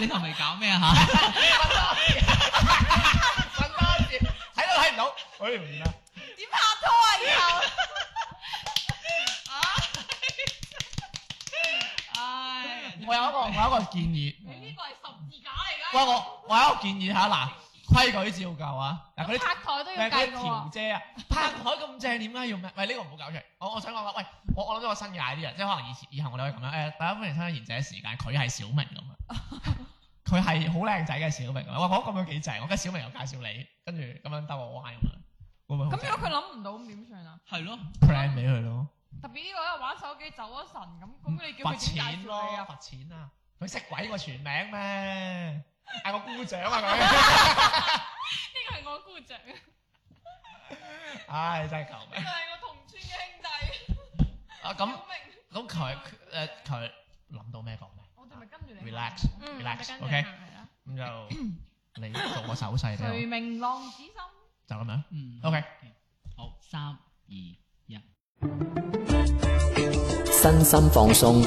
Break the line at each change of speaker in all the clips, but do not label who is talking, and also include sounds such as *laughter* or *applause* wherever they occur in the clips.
你同咪搞咩吓？
*laughs* 問多一次，睇都睇唔到。哎唔得，
點拍拖啊？以後
唉，
我有一個我有一個建議。
呢個係十字架嚟
喂，
㗎。
我我有一個建議下嗱，規矩照舊啊。嗱，嗰啲
拍台都要
誒嗰
計
啲
嘅喎
條。姐啊，拍台咁正，點解要咩？喂，呢個唔好搞出嚟。我我想講啦，喂，我我諗咗個新嘅 idea，即係可能以前以後我哋可以咁樣誒，大家歡迎參加賢者時間，佢係小明咁
*laughs*
啊。佢係好靚仔嘅小明啊！哇，我覺得咁樣幾正，我跟小明又介紹你，跟住咁樣兜個彎咁樣，會唔會好
咁
正
如果佢諗唔到咁點算啊？
係咯，
plan 俾佢咯？
特別呢個喺度玩手機走咗神咁，咁你叫
罰
佢點
*laughs* 錢
介
咯
紹你，啊？
罰錢啊！佢識鬼個全名咩？嗌我姑丈啊佢！
呢個係我姑丈，呢
唉，真係救
個
命！
係我同村嘅兄弟。
啊
小
咁
明，
咁佢誒佢諗到咩講咩？
我哋咪跟住你行。
Relax，
嗯
relax，
我哋跟住
OK
行係啦
咁就你做個手勢
誰
俾
明浪子心？
我，就咁樣。
嗯
OK，
好，三二一，
身心放鬆，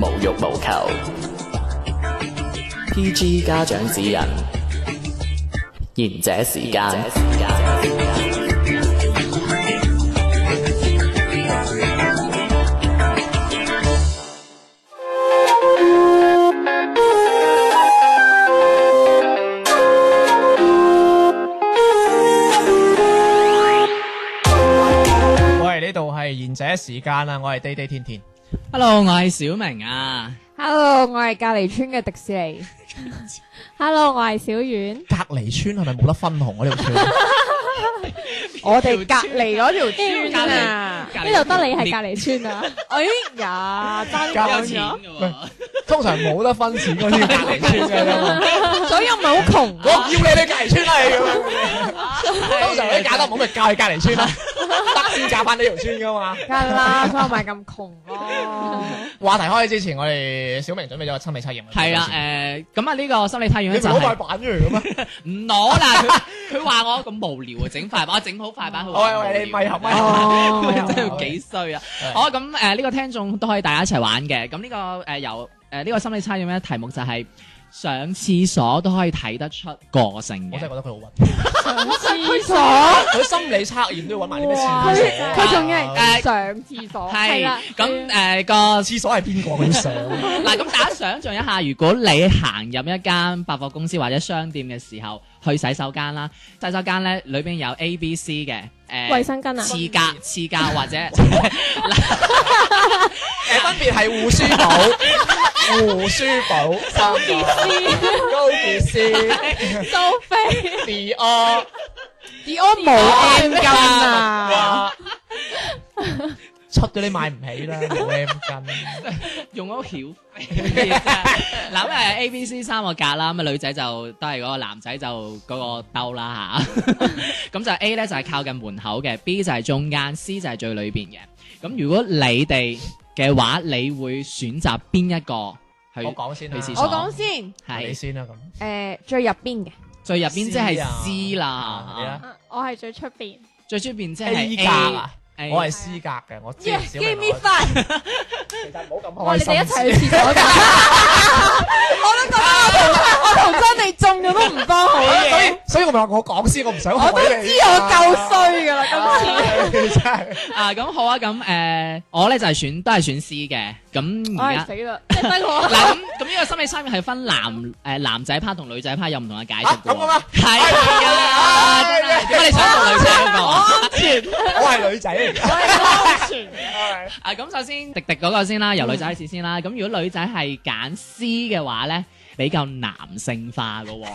無欲無求。PG 家長指引，賢者時間。
喂，呢度係賢者時間啊！我係地地天天，
Hello，我係小明啊。
Hello，我係隔離村嘅迪士尼。Hello，我係小遠。
隔離村係咪冇得分紅啊？呢條村
我哋隔離嗰條村啊，
隔離
呢度得你係隔離村啊。 *laughs* 哎呀，爭
隔
有
講
離
錢
咗，
嘅
喂
喎，
通常冇得分錢嗰啲叫隔離村嘅，
所以我唔係好窮
我叫你你隔離村啦，你咁樣。通常你嫁得唔好咪嫁去隔離村啦，得先嫁翻呢條村噶嘛。
梗係啦，所以我咪咁窮咯。
話題開始之前，我哋小明準備咗個心理測驗。
係啦，誒，咁啊呢個心理測驗
你
咧
唔
就
攞塊
係
板出嚟
*laughs*
嘅咩？
唔攞啦，佢佢話我咁無聊啊，整快板，我整好快板好無聊啊。
喂喂，你咪合咪合。
哦，
真係幾衰啊！好咁誒，呢個聽眾都可以大家一齊玩嘅。咁呢個誒由誒呢個心理測驗咧，題目就係上廁所都可以睇得出個性
我
嘅。
真係覺得佢好混。
廁所，
佢心理測驗都要揾埋啲咩廁所
佢
啊？
佢仲要係
誒
上廁所，係
係
啦，
咁誒個
廁所係邊個
*laughs*
佢上？
嗱，咁大家想象一下，如果你行入一間百貨公司或者商店嘅時候，去洗手間啦，洗手間咧裏邊有 A、B、C 嘅，誒
衛生巾啊，
廁格、廁格或者
誒，分別係護舒寶、護舒寶、三高潔絲、
蘇菲，
Dior
而我冇 M 巾啊，
啊，出咗你買唔起啦，冇 M 巾。
用嗰個 *laughs* 曉飛嘅啫嗱咁誒 A、B、C 三個格啦，咁啊女仔就都係嗰個，男仔就嗰個兜啦吓。咁就 A 咧就係靠近門口嘅，B 就係中間，C 就係最裏邊嘅。咁如果你哋嘅話，你會選擇邊一個去
我？講先啦
去，廁所
我講先，
你
係
先啦咁。
誒最入邊嘅，
最入邊即
C
係
啊
C
啊你
啦
啊，
我係最出邊。
最出邊即
A
係
格啊，
A，
我係 C 格嘅，我知
Yeah,
小明
give me
我。
five！
其實唔
哇，
好咁開
你
心。
哋一齊去廁所㗎。我都覺得我 *laughs* 同我同真你中嘅都唔幫好
所
嘢，
以所以我咪話我講先，我唔想
我都
害你
知我夠衰㗎啦，今次。
唉真係
啊咁好啊，咁誒我咧就係選都係選 C 嘅，咁
我
而
係
家。
死啦，即係得我。
嗱咁咁呢個心理測驗係分男誒、男仔 part 同女仔 part 有唔同嘅解
啊哎
讀
咁嘅咩？
係啊，真係
哎
點解你想同女仔嗰個啊？
我係女仔嚟嘅。
啊咁首先迪迪嗰個先啦，由女仔開始先啦。咁如果女仔係揀 C 嘅話咧，你夠男性化嘅喎、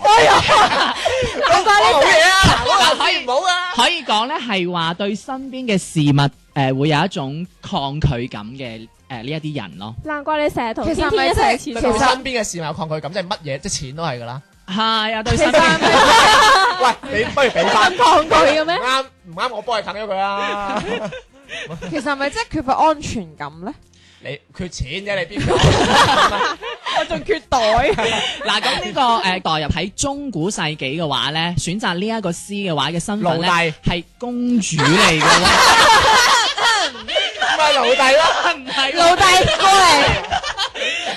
咁快啲好嘢啊！我話
可
先
以
唔好啊。
可以講咧係話對身邊嘅事物誒、會有一種抗拒感嘅誒呢一啲人咯。
難怪你成日同
其實
天天
咪
一
即係
對
齊去廁
佢
所。
身邊嘅事物有抗拒感，即係乜嘢，即係錢都係㗎啦。
係啊，對身邊
喂，你不如俾翻
咁抗
*laughs*
拒嘅咩？
啱唔啱？我幫你啃咗佢啊！
其實咪即係缺乏安全感咧？
你缺錢啫，你邊個？
我仲缺 *laughs* 袋。
嗱咁呢個誒、代入喺中古世紀嘅話咧，選擇呢一個 C 嘅話嘅身份咧
奴隸
係公主嚟嘅 *laughs* 喎。
咪奴隸啦！
唔係
老弟過嚟，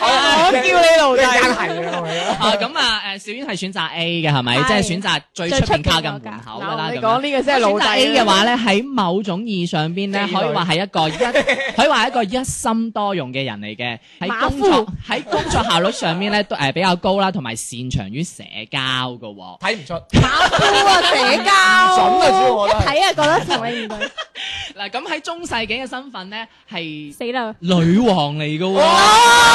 我
我叫你奴
你
隸。
係啊，係啊。
啊，咁啊，誒，小丸係選擇 A 嘅係咪？
係
即係選擇最出邊靠近門口㗎啦。咁
嗱，你
樣
講呢個先係奴
選擇
隸
A 嘅話咧，喺某種意義上邊咧，
地
可以話係一個一，可以話係一個一心多用嘅人嚟嘅。喺工
馬
作
夫
喺工作效率上面咧，都誒比較高啦，同埋擅長於社交嘅喎。
睇唔出，
馬夫啊，社
準
交
啊主要我覺得係
睇啊，覺得同你唔對，
*laughs* 嗱，咁喺中世紀嘅身份咧，係
死啦！
女王嚟嘅喎。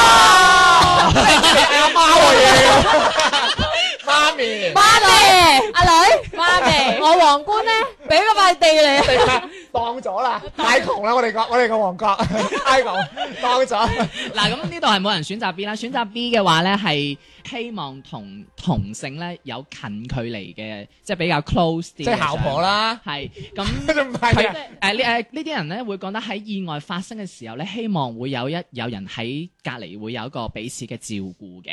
哇！阿媽喎要，媽咪，
媽咪，
阿女，媽咪，我皇冠咧，
俾嗰塊地你。
你啊當咗啦，太窮啦！我哋個我哋個王國，太窮，當咗。
嗱，咁呢度係冇人選擇 B 啦。選擇 B 嘅話咧，係希望同同性咧有近距離嘅，即係比較 close 啲。
即係姣婆。啦，
係咁。 *laughs*
唔係
誒
啊，
呢誒呢啲人咧會講得喺意外發生嘅時候咧，希望會有一有人喺隔離會有一個彼此嘅照顧嘅。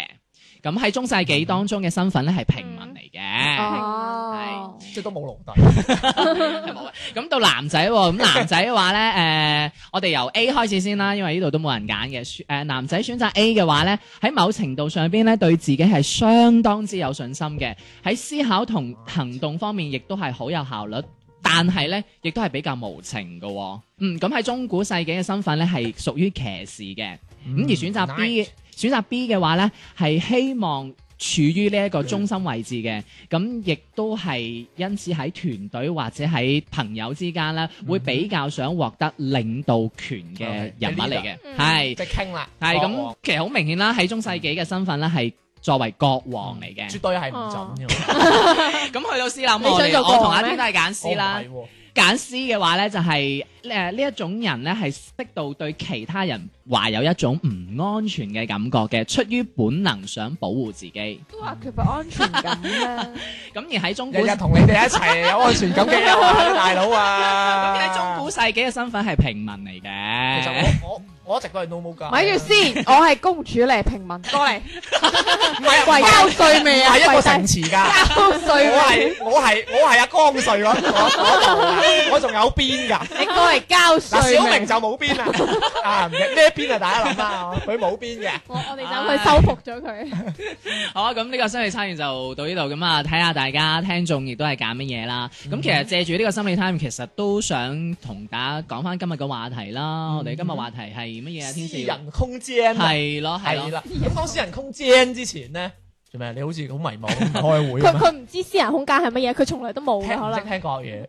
咁喺中世
嗯
紀當中嘅身份咧係平民嚟嘅，
Ờ. 哦，
即係都冇奴隸，
係 *laughs* 冇嘅啊咁到男仔喎，咁男仔嘅話咧，誒、我哋由 A 開始先啦，因為呢度都冇人揀嘅。誒、男仔選擇 A 嘅話咧，喺某程度上邊咧，對自己係相當之有信心嘅，喺思考同行動方面亦都係好有效率。但係咧，亦都係比較無情嘅、喎。嗯，咁喺中古世紀嘅身份咧，係屬於騎士嘅。咁、
嗯
而嗯選擇 B，選擇 B 嘅話咧，係希望處於呢一個中心位置
嗯
嘅。咁亦都係因此喺團隊或者喺朋友之間咧，
嗯
會比較想獲得領導權嘅人物嚟嘅。
嗯
係
即係傾啦。
係
國王
咁，其實好明顯啦，喺中世紀嘅身份咧係。作為國王嚟嘅，
絕對係唔準嘅。嗯
咁去到斯林，
你
我哋我
想做國
同
王
阿天
咩
都係揀 C 啦。
哦
揀 C 嘅話咧，就係誒呢一種人咧，係識到對其他人懷有一種唔安全嘅感覺嘅，出於本能想保護自己。
都話缺乏安全感啦。
咁而喺中
唔
古
係喎，日日同你哋一齊有安全感嘅人啊大佬啊！
咁喺中古世紀嘅身份係平民嚟
其
嘅。
實我我我一直都係 no mo 噶。
咪住先，我係公主，你係平民，過嚟。
唔係
喂，交税未啊？
係一個
跪低
城池㗎。
交税
我
未？
係我係我係阿江
*laughs*
穗嗰嗰嗰度啊我仲有邊㗎？
你過嚟交
嗱，
税
小明
未？
就冇邊啦，啊唔知咩邊啊？大家諗啦，佢冇邊嘅。
我我哋就去收服咗佢。
*laughs* 好啊，咁呢個心理測驗就到呢度咁啊，睇下大家聽眾亦都係揀乜嘢啦。咁其實借住呢個心理測驗，其實都想同大家講翻今日嘅話題啦。我哋今日話題係乜嘢啊？天
嗯私
使
人空間啊
係咯係咯，
係啦。咁講私人空間之前咧，做咩？啊你好似好迷茫，唔開會
佢
咁啊
佢唔知私人空間係乜嘢，佢從來都冇嘅
聽
可
唔識
能。
聽國語，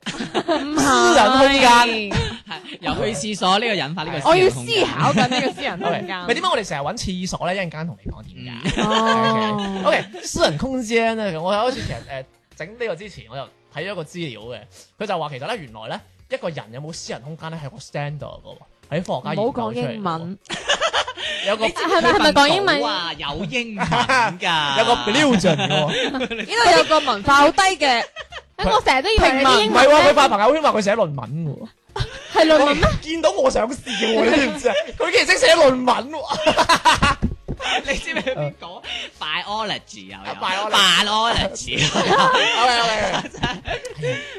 唔
私人空間。
係由去廁所呢個引發呢個私
我要
人空
思
間
考緊呢個私人
OK，
空間。
咪點解我哋成日揾廁所咧？一陣間同你講點
嗯
解。O K，私人空間咧，我有一次其實誒整呢個之前，我就睇咗個資料嘅，佢就話其實咧原來咧一個人有冇私人空間咧係有個 standard 嘅喎，喺科學家研
唔
究
好講
出嚟嘅
英文，
喎，有個
係咪係咪講英文？
啊？有英文㗎，
*laughs* 有個标準嘅喎，
呢度有個文化好低嘅，
哎我成日都以為你啲
唔
英
係
文
喎，佢
咧
發朋友圈話佢寫論文嘅喎，
係論文咩？
我見到我想笑喎，你知唔知啊？佢竟然識寫論文喎，
你知唔知邊講 biology 又有
Biology
biology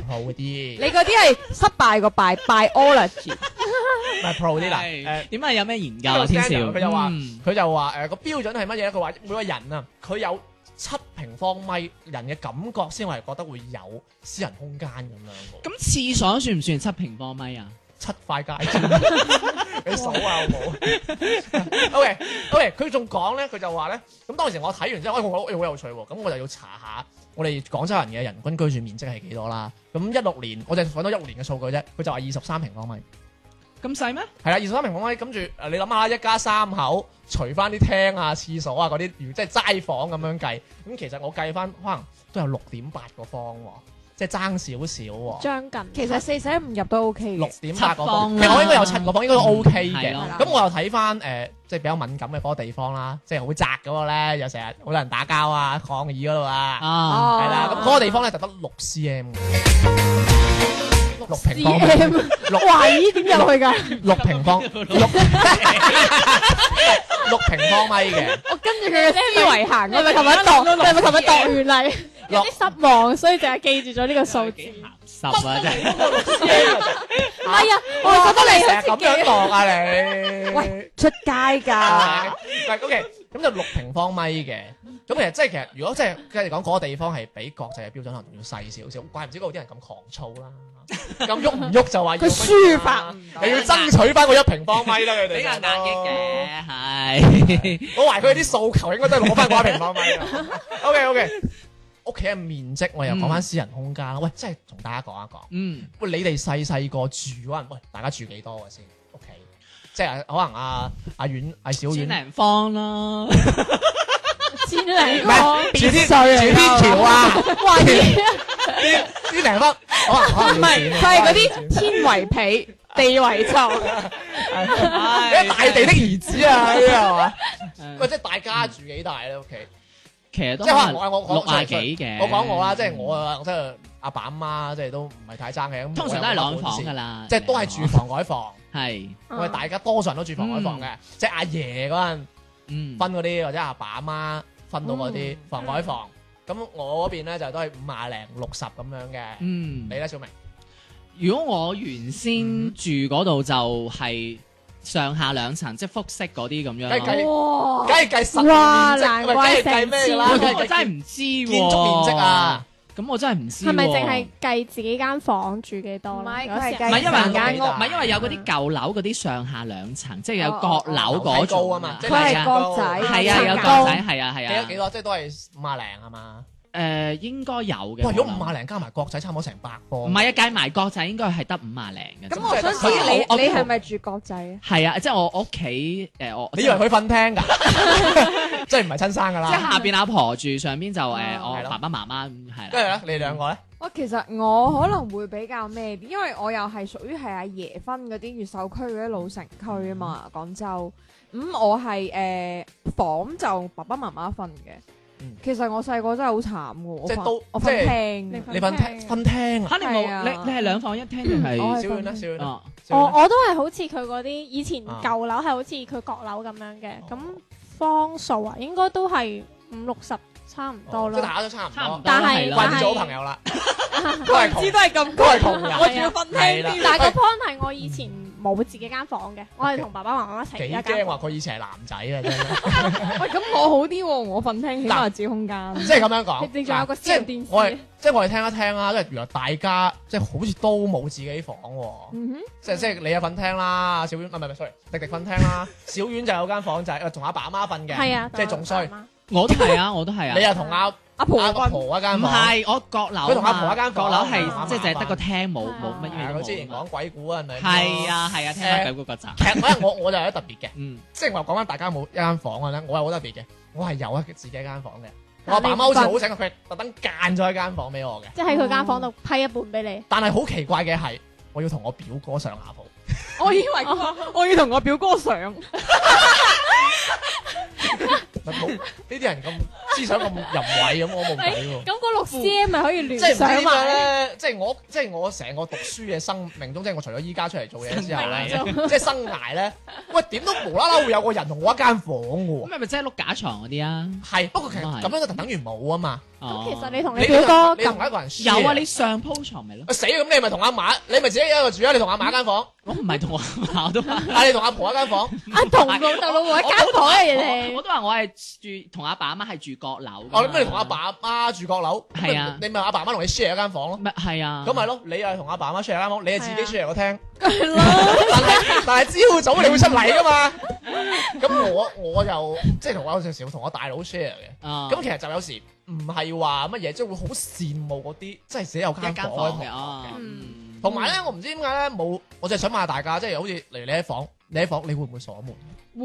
好啲，
你嗰啲係失敗個敗 biology，
唔係 pro 啲嗱誒
係。點解有咩研究
呢個
啊？天少
standard，佢就話
嗯
佢就話誒個標準係乜嘢咧？佢話每個人啊，佢有七平方米人嘅感覺先係覺得會有私人空間咁樣
*laughs*
嘅。
咁廁所算唔算七平方米啊？
七塊街磚，你數下好冇？OK OK，佢仲講咧，佢就話咧，咁當時我睇完之後，哎，我覺得好有趣喎，咁我就要查下我哋廣州人嘅人均居住面積係幾多啦。咁一六年我就揾到一六年嘅數據啫，佢就話二十三平方米。
咁細咩？
係啦，二十三平方米，跟住誒你諗下，一家三口除翻啲廳啊、廁所啊嗰啲，如即係齋房咁樣計，咁其實我計翻可能都有六點八個方喎，即係爭少少喎，
將近
其實四捨五入都 OK
六
嘅。
點八個
七
方，
方
其
啦
實我應該有七個方，應該都 OK
係
嘅。
咯
咁我又睇翻誒，即係比較敏感嘅嗰個地方啦，即係好窄嗰個咧，又成日好多人打交啊、抗議嗰度啊，
啊，
Ờ.
係啦，咁嗰個地方咧就得六 cm 六平方米，
CM，
六
哇咦點入去㗎？
六平方六六平方米嘅。
我跟住佢嘅思維行
你係
㗎嘛，
咪琴
琴
日
日
度？
度
你係咪琴日度完嚟？有
落
啲失望，所以淨係記住咗呢個數字。
*laughs* 幾鹹濕啊！真係
唔係
à.
啊，我
我
覺
覺得
得
你
你
成日
好
咁
似幾
樣落啊你。喂，À,
出街㗎，
喂，OK，咁就六平方米嘅。咁其實即係其實如果即係即係講嗰個地方係比國際嘅標準可能仲要細少少，怪唔知嗰度啲人咁狂躁啦，咁喐唔喐就話要
佢抒發唔到
乜嘢啦，又要爭取翻嗰一平方米啦，佢哋
比較壓抑
嘅。
嘅，係
我懷佢啲訴求應該都係攞翻嗰一平方米
*laughs*
啊。OK OK，屋企嘅面積我又講翻私人空間啦。喂，真係同大家講一講，
嗯
喂，你哋細細個住嗰陣，喂，大家住幾多嘅啊先？屋企即係可能阿阿遠、阿小
千
遠。
零方啦，
千零
唔係
個，
住天
別墅嚟㗎
住天橋啊！
哇！
啲啲地方，可能可啊能
唔係，佢係嗰啲天為被，地為就。
啲大地的兒子啊，呢啲係嘛？喂，
誒
即係大家住幾大咧屋企？
其實都
即係可
可
能我我
能
我
六啊幾嘅。
我講我啦，即係我啊，即係阿爸阿媽，即係都唔係太爭嘅。咁
通常都係朗房㗎，啦，
即係都
哦
係住房
*laughs*
改房。
係
我哋大家多數人都住房改房嘅，即係阿爺嗰陣
嗯
分嗰啲，或者阿爸阿媽分到嗰啲
嗯
房改房。咁我嗰邊咧就都係五啊零六十咁樣嘅。
嗯
你。咧，小明？
如果我原先住嗰度就係上下兩層，即係複式嗰啲咁樣
梗係
咯。
計
哇
梗！係計實
哇
面積，
難
喂
怪
梗係計咩㗎啦？
喂
成千
梗
咁
係
我真係唔
計
知喎。
建築面積啊！
咁我真係唔知喎。
係咪淨係計自己間房住幾多
唔
咧？
係
有時
佢係計
唔係因為
成間屋
唔係因為有嗰啲舊樓嗰啲上下兩層，即係有閣樓
哦
嗰
樓梯高啊
種
嘛，即
佢係
係啊
角仔
係啊，有
層
閣
高
仔，係啊，係
幾多幾
啊。
多？即係都係五啊零啊嘛。
誒應該有嘅。
哇！如果五
我
啊
諗
零加埋國仔，差唔多成百波。
唔係啊，計埋閣仔應該係得五啊零嘅啫。
咁我想知
佢
你
我
你係咪住國際啊？
係啊，即係我我屋企誒我。
你以為佢瞓廳㗎？即係唔係親生㗎
啊
即係
啦？
下邊阿婆住，上邊就誒
啊係
我
咯
爸爸媽媽咁係啦。
跟住咧，你兩個咧，
我其實我可能會比較咩啲，因為我又係屬於係阿爺分嗰啲越秀區嗰啲老城區啊嘛，廣州。咁、我係誒、呃房就爸爸媽媽瞓嘅。
嗯
其實我細個真係好慘嘅，我
即係都
瞓我
即
瞓
係
廳，
你瞓廳瞓廳啊？
肯定
係
冇
啊
你你係兩房一廳定
嗯
係
我係
小遠咧，
瞓
小遠咧
哦，
小
我
遠咧，
我都係好似佢嗰啲以前
啊
舊樓係好似佢閣樓咁樣嘅，咁
哦
方數啊應該都係五六十差唔多
哦即係
咯。
大家都差唔
差唔
多
多，
但係
係啦
混
但係
咗朋友啦，都係
知
窮，
都係咁
都
高，
係窮人。
我仲要瞓
係
廳
啦
添。
但係個 point 係我以前冇自己間房嘅，我係同爸爸媽媽一齊
幾
一
驚
間
話
房。
佢以前係男仔啊！真係，
喂，咁我好啲喎，我瞓廳起碼有自己空間。
即係咁樣講。
你仲有個
嗱即係
私人電視
我係即係我哋聽一聽啦，因為原來大家即係好似都冇自己房喎。
嗯
即係即係你有瞓廳啦，小丸唔係唔係 sorry，迪迪瞓廳啦，小丸就有間房就係同阿爸阿媽瞓嘅，
係啊，
即係仲衰
同我爸媽
我都係啊，我都係啊。
你又同阿
哼，阿婆
阿
瞓
婆一
唔
間房。
係我閣樓啊嘛，
佢同阿婆一間
閣
房
樓
啊
係即係淨係得個廳冇
啊
冇乜
係啊
嘢都
佢之前
冇啊
講鬼故啊，係咪？
嘛。係。啊係啊，聽下佢嗰個集。
其實咧，我我就有啲特別嘅，
嗯，
即係話講翻大家冇一間房嘅咧，我係好特別嘅，我係有一自己一間房嘅。我阿爸媽好似好醒，佢特登間咗一間房俾我嘅。
即係喺佢間房度批一半俾你。
但係好奇怪嘅係，我要同我表哥上下鋪。
我以為 *laughs* 佢話我要同我表哥上，
咪冇呢啲人咁思想咁淫穢咁，我冇計
*laughs*
喎。
咁嗰六 cm 咪可以
即係
聯
唔知點
哎想
解
埋。
咧，即係我即係我成個讀書嘅生命中，即係我除咗依家出嚟做嘢之後咧，
生
即係生涯咧，喂點都無啦啦會有個人同我一間房
咁
嘅喎。
係咪即係碌架床嗰啲啊？
係，不過其實咁樣就等於冇啊嘛。
哦
咁其實你同
你
你表哥
你同一
咁，
個人 share
有啊，你上鋪床咪咯？
啊死咁，你咪同阿馬，你咪自己一個住啊！你同阿馬一
*laughs*
間房，
我唔係
*laughs*
同我阿嫲都話，
啊你同阿婆一間房，
啊同老豆老母一間房嘅人
我
哋。
都話我係住同阿爸阿媽係住閣樓㗎嘛。
哦咁你同阿爸阿媽住閣樓，咁
係啊
你咪阿爸阿媽同你 share 一間房咯。
咪係啊？
咁咪咯，你又係同阿爸阿媽 share 一間房，你係自己
係
share 個廳，
係咯，
*laughs*
但係但係朝早你會出嚟噶嘛？咁我我又即係同我有陣時會同我大佬 share 嘅。
啊。
咁其實就有時唔係話乜嘢，即係會好羨慕嗰啲即係自己有間
一間
房
房
嘅同
嘅啊。
學嘅。
嗯
同埋咧，我唔知點解咧冇，我就係想問下大家，即係好似例如你喺房，你喺房，你會唔會鎖門？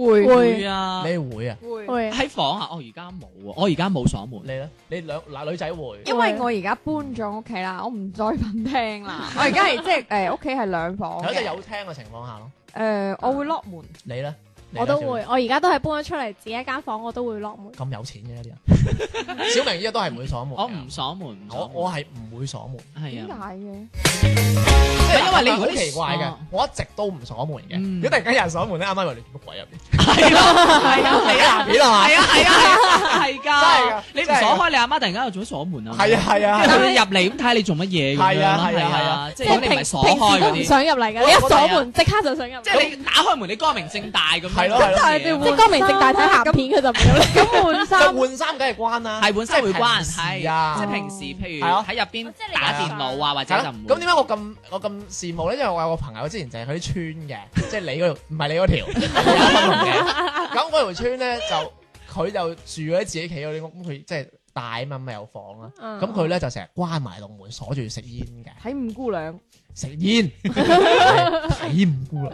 會
會
會
啊。
你會啊？
會
會
喺房 *laughs* 啊！我而家冇啊，我而家冇鎖門
你。咧？你兩嗱女仔會
因為我而家搬咗屋企啦，我唔再瞓廳啦， *laughs* 我而家係即係誒屋企係兩房
有即係
嘅，
有廳嘅情況下咯。
誒我會 lock 門，
你咧？啊你呢
我都
小明
會，我而家都係搬咗出嚟自己一間房，我都會落門。
咁有錢嘅啲人。 *laughs* 小明依家都係唔會鎖門嘅。
我唔鎖門。
我我係唔會鎖門，
係
點解
啊。
嘅？
即係
因為你如果
好
你
奇怪嘅
鎖，
我一直都唔鎖門嘅。
嗯
如果突然間有人鎖門咧，啱啱以為你做乜鬼入邊？
係咯，係啊，
睇
係啊
下。片係嘛？
係啊係啊係噶，
真係㗎
你唔
真係㗎
鎖開你阿媽，突然間又做乜鎖門啊？
係啊係啊
跟
係
住
啊。
佢入嚟咁睇下你做乜嘢咁樣
係啊
咯
係啊係啊
即係如果你唔係鎖開
平時
嗰
都唔
啲，
想入嚟嘅，
我
你一
我都係啊
鎖門即刻就想入嚟。
即係你打開門你光明正大咁樣
係咯係咯
但係你
即係光明正大睇鹹片佢就唔要啦。
咁換
就
衫，
換衫梗係關啦，
係本身會關，
係
係
啊
即。係平時譬如
係啊
喺入邊
哦即係你
打
有
電腦啊，或
係
者就
啦
唔，
咁
會
點解我咁我咁羨慕咧？因為我有個朋友之前就係佢啲村嘅，即係你嗰條，唔係你嗰條，我有分紅嘅。咁嗰條村咧就佢就住喺自己企嗰啲屋，咁佢即係大啊嘛，咪有房啦。
嗯
咁佢咧就成日關埋籠門，鎖住食煙嘅，
*laughs* 睇五姑娘，
食煙係睇唔姑啦。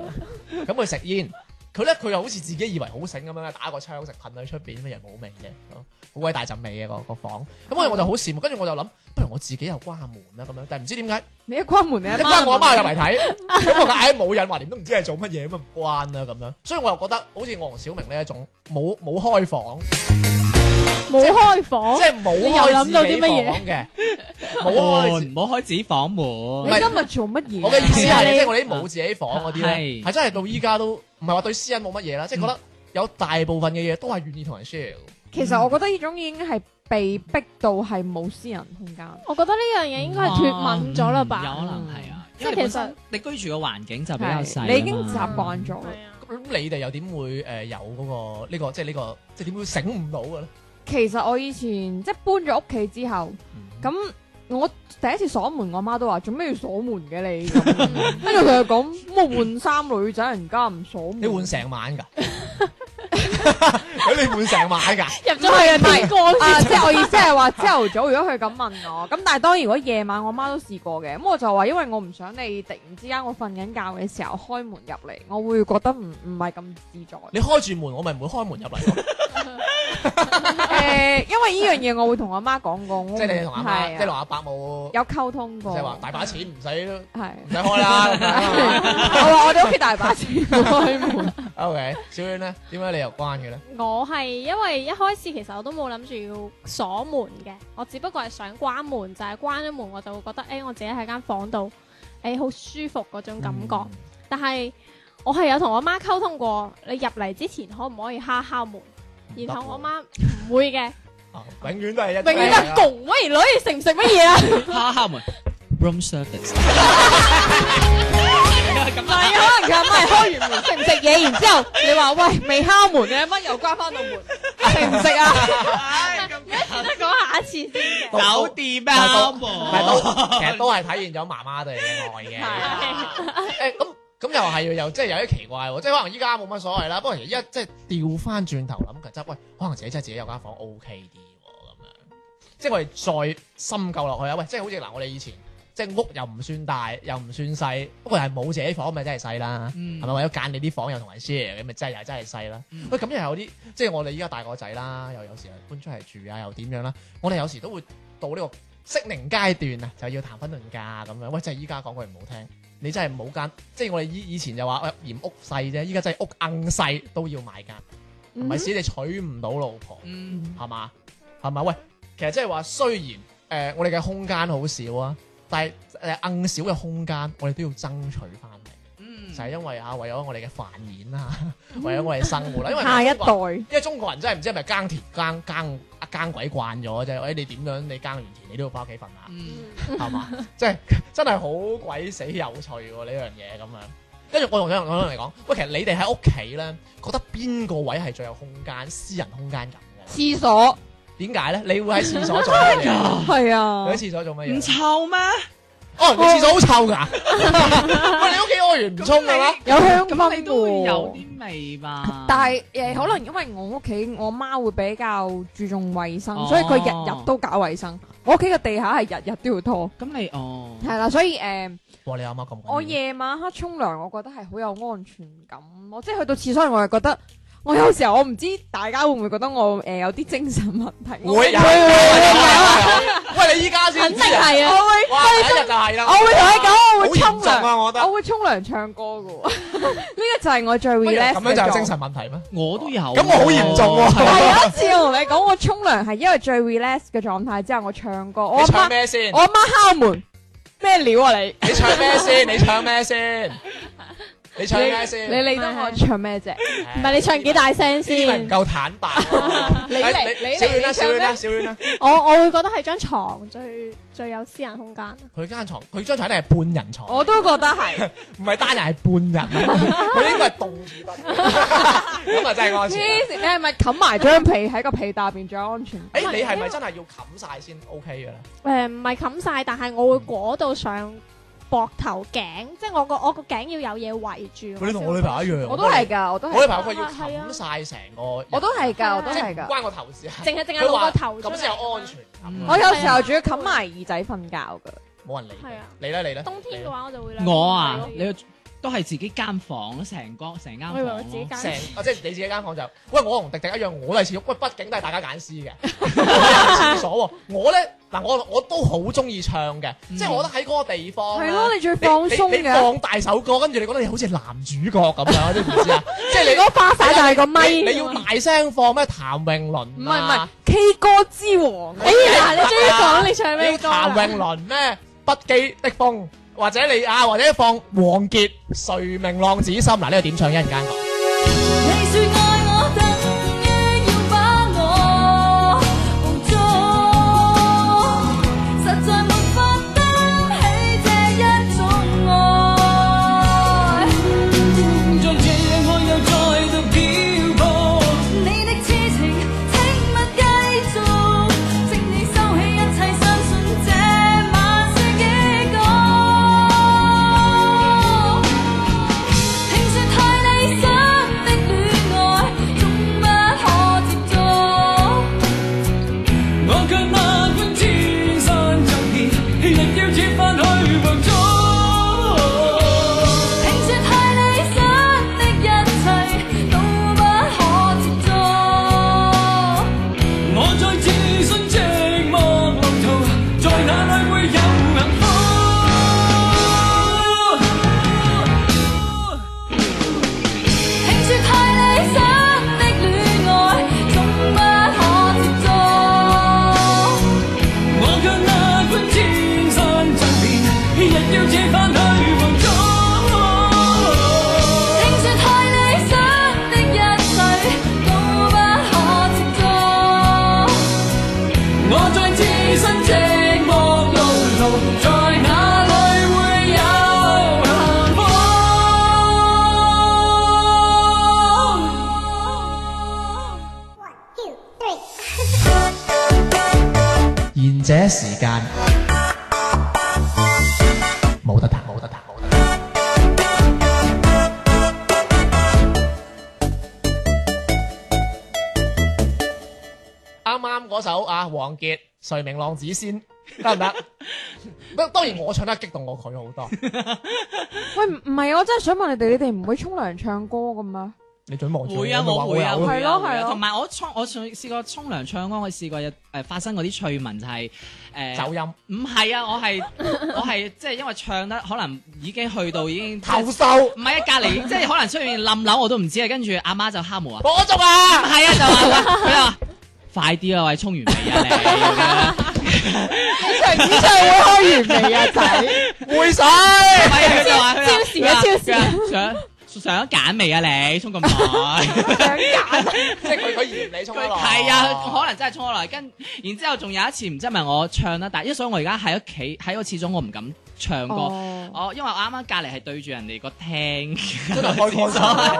咁佢食煙，佢咧佢又好似自己以為好醒咁樣，打個窗食噴喺出邊，乜嘢冇味嘅，咁好鬼大陣味嘅個個房。咁我我就好羨慕，跟住我就諗，不如我自己又關下門啦咁樣。但係唔知點解
你一關門你
一
阿
關我阿媽
媽
入
*laughs*
嚟睇，咁我唉冇人話，連都唔知係做乜嘢咁啊唔關啦咁樣。所以我又覺得好似我同小明呢一種冇冇開房。
冇開房
即，係冇
你又諗到啲乜嘢
嘢
*laughs*
嘅，冇開自
門唔好開紙房門，
唔係
你今日做乜嘢？啊
我嘅意思係，
係
即係我哋啲冇自己房嗰啲咧，
係
係真係到依家都唔係話對私隱冇乜嘢啦，即係覺得有大部分嘅嘢都係願意同人 share 嘅。
其實我覺得呢種已經係被逼到係冇私人空間。
我覺得呢樣嘢應該係
Ờ.
脫敏咗啦吧。
有可能係啊，
即
因為你
係
本
其實
身你居住嘅環境就比較細啊嘛，
係你已經習慣咗
係啊
咁你哋又點會誒有嗰個呢個即係呢個即係點會醒唔到嘅咧？
其實我以前即係搬咗屋企之後，咁我第一次鎖門，我媽都話：做咩要鎖門嘅
*laughs*
你？咁跟住佢就講：我換衫女仔，人家唔鎖門。
你換成晚㗎？ *laughs* 咁你換成晚㗎？
入
唔係啊
咗去睇光
啊！
先。
*laughs*
即係我意思係話，朝頭早如果佢咁問我，咁但係當然如果夜晚我媽都試過嘅，咁我就話因為我唔想你突然之間我瞓緊覺嘅時候開門入嚟，我會覺得唔唔係咁自在。
你開住門，我咪唔會開門入嚟咯。
*laughs* 誒、因為呢樣嘢我會同阿媽講過，我
即係你同阿
係
媽，
啊
即係同阿伯冇，
有溝通
即
過，
係話大把錢唔使唔
係。
使開啦咁樣
*laughs*
係嘛。
我話我哋屋企大把錢開門，
*laughs* OK，小婉咧，點解你又關嘅咧？
我係因為一開始其實我都冇諗住要鎖門嘅，我只不過係想關門，就係、關咗門我就會覺得，誒、我自己喺間房度，誒、好舒服嗰種感覺。但係我係有同我媽溝通過，你入嚟之前可唔可以敲敲門？然後我媽唔會嘅，
啊永遠都係一啊
永遠都係
公。
共喂女，你食唔食乜 *laughs* 嘢
敲
啊？
敲門，room service。
唔係可能佢阿媽係開完門食唔食嘢，然之後你話喂未敲門，你阿媽又關翻道門，食唔食啊？
得講下一次先嘅。
都
酒店啊，敲門
唔係都其實都係體現咗媽媽對你嘅愛嘅。誒咁咁又係又即係有啲奇怪喎，即係可能依家冇乜所謂啦。不過而家即係調翻轉頭諗，其實喂，可能自己真係自己有間房 OK 啲喎咁樣。即係我哋再深究落去啊！喂，即係好似嗱，我哋以前即係屋又唔算大，又唔算細，不過係冇自己房咪真係細啦。
嗯
係咪？或者間你啲房又同人 share，咁咪真係又真係細啦。喂，咁又有啲即係我哋依家大個仔啦，又有時又搬出嚟住啊，又點樣啦？我哋有時都會到呢個適齡階段啊，就要談婚論嫁咁樣。喂，即係依家講句唔好聽，你真係冇間，即係我哋以以前就話喂嫌屋細啫，依家真係屋硬細都要買間，唔係使你娶唔到老婆。
嗯，
係嘛？係咪？喂，其實即係話，雖然誒、呃我哋嘅空間好少啊，但係誒硬少嘅空間，我哋都要爭取翻嚟，
嗯
就係因為啊，為咗我哋嘅繁衍啦， *laughs* 為咗我哋生活啦，因為
下一
中國人，
代。
因為中國人真係唔知係咪耕田耕耕耕鬼慣咗啫，誒你點樣你耕完田你都要翻屋企
*laughs*
瞓下。
嗯
係嘛？即係 *laughs* 真係好鬼死有趣喎呢樣嘢咁樣。跟住我同兩兩嚟講，喂，其實你哋喺屋企咧，覺得邊個位係最有空間、私人空間感嘅？
廁所
點解咧？你會喺廁所做乜
*laughs*
嘢？
係啊
你喺，廁所做乜
唔
嘢？
臭咩？
哦，你廁所好臭㗎！ *laughs* 喂，你屋企屙完唔沖㗎咩？
有香
咁
薰
你都會有
喎。
啲味吧？
但係誒，可能因為我屋企我媽會比較注重衞生，
哦
所以佢日日都搞衞生。我屋企嘅地下係日日都要拖，
咁你哦，
係啦，所以誒。
哇！你阿媽咁
我夜晚黑沖涼，我覺得係好有安全感咯。即係去到廁所，我係覺得我有時候我唔知大家會唔會覺得我誒、呃有啲精神問題。我
會有
會會
喂，你依家先
肯
知
定
啊！
係啊！
我會
哇！第一日就係啦，
我會同你講，我會
好
沖
嚴重
涼，
啊！我覺得
我會沖涼唱歌嘅喎。 *laughs* 呢個就係我最
喂
relax
咁樣就
嘅
係
狀
精神問題咩？
我都有，
咁我好嚴重喎
係啊有一次我同你講，我沖涼係因為最 relax 嘅狀態之後，我唱歌。我阿
你唱
媽
咩先
我？阿媽敲門，咩料啊你？
你唱咩先？你唱咩先？你唱咩啊先？
你理得我唱咩啫？
À,
唔係你唱幾大聲
呢啲咪唔
先？
夠坦白咯。
你
哎
嚟你嚟
小遠啦，
你
小
唱
遠啦，
咩
小遠啦。
我我會覺得係張床最最有私人空間。
佢間床，佢張床一定係半人床，
我都覺得係，
唔係單人係半人，佢應該係凍住瞓，咁啊真係安全啦。
黐線你係咪冚埋張被喺個被下邊最安全？
誒，你係咪真係要冚晒先 OK 嘅咧？
誒唔係冚晒，但係我會裹到上膊頭頸，即係我個我個頸要有嘢圍住。
喂你同我女朋友一樣
我都係㗎，我都
我女
係，
朋友佢要冚晒成個人，
我都係㗎，我都
即係
係
唔
㗎。
關我頭事啊。
淨係淨係
佢
露
話
個頭出嚟
咁先有安全
嗯
感啊。
我有時候仲要冚埋耳仔瞓覺㗎。
冇人理
係啊
你，你啦你啦。
冬天嘅話我就會
我啊，你都係自己間房成個成間
我
房
以為我自己
咯。
間
成啊，即係你自己間房就，喂，我同迪迪一樣，我都係似，喂，畢竟都係大家揀
*laughs*
詩嘅，廁所喎。我咧嗱，我我都好中意唱嘅，即係我覺得喺嗰個地方
係
呢
咯，你最放鬆
你你
嘅。
放大首歌，跟住你覺得你好似男主角咁樣，知
*laughs*
唔知啊？即係
如果花灑就係個咪。
你你要大聲放咩譚詠麟啊？
唔係唔係，K 歌之王。
哎呀，你終於講你唱
你
咩
要
歌啦
譚？詠麟咩不羈的風，或者你啊，或者放王傑誰明浪子心嗱，呢個點唱一陣間講。
你說愛我，等於要把我捕捉，實在沒法得起這一種愛。
像這愛又再度漂泊，
你的痴情，請勿繼續，請你收起一切，相信這晚些幾個。聽說太理想的戀愛，總不可接觸。
我卻萬般千山作孽，日要折返去黃土。
聽說太理想的一切都不可接觸，
我再自信寂寞路途，在哪裏會有幸福？
聽說太理想的戀愛總不可接觸。聽說太理想的一切都不可接觸，
我卻那般千山盡變，日要折返去黃土。我再置身寂寞路途，在哪裏會有幸福？
賢者時間冇得彈，冇得彈，冇得彈。啱啱嗰首啊，王傑《誰明浪子仙》得唔得？不當然我唱得激動過佢好多。
喂，唔唔係，我真係想問你哋，你哋唔會沖涼唱歌嘅咩？
你準望住
會啊，
你咪話
我會啊，
有
會啊
係咯
會啊
係咯
同埋我沖我試試過沖涼唱歌，我試過有誒發生嗰啲趣聞就係誒
走音
唔係啊，我係 *laughs* 我係即係因為唱得可能已經去到已經
投訴，
唔係啊，隔
*laughs*
離即係可能出現冧樓我都唔知啊，跟住阿媽就敲門啊，
我中啊！
係啊就話喂佢就話快啲啊喂，沖完未啊你？
*laughs*
演唱演唱會開完未啊，仔？
會水，
唔係啊佢就話佢
超時啊超時啊
時想想揀未啊你？沖咁耐。
想揀
即係佢佢嫌你衝
佢
得落。
係啊，可能真係衝落嚟，跟然之後仲有一次唔知係咪我唱啦，但因為所以我而家喺屋企喺個廁所我唔敢唱歌，
哦
我因為我啱啱隔離係對住人哋個
*laughs*
廳，
真係開過
之
心。
後沖涼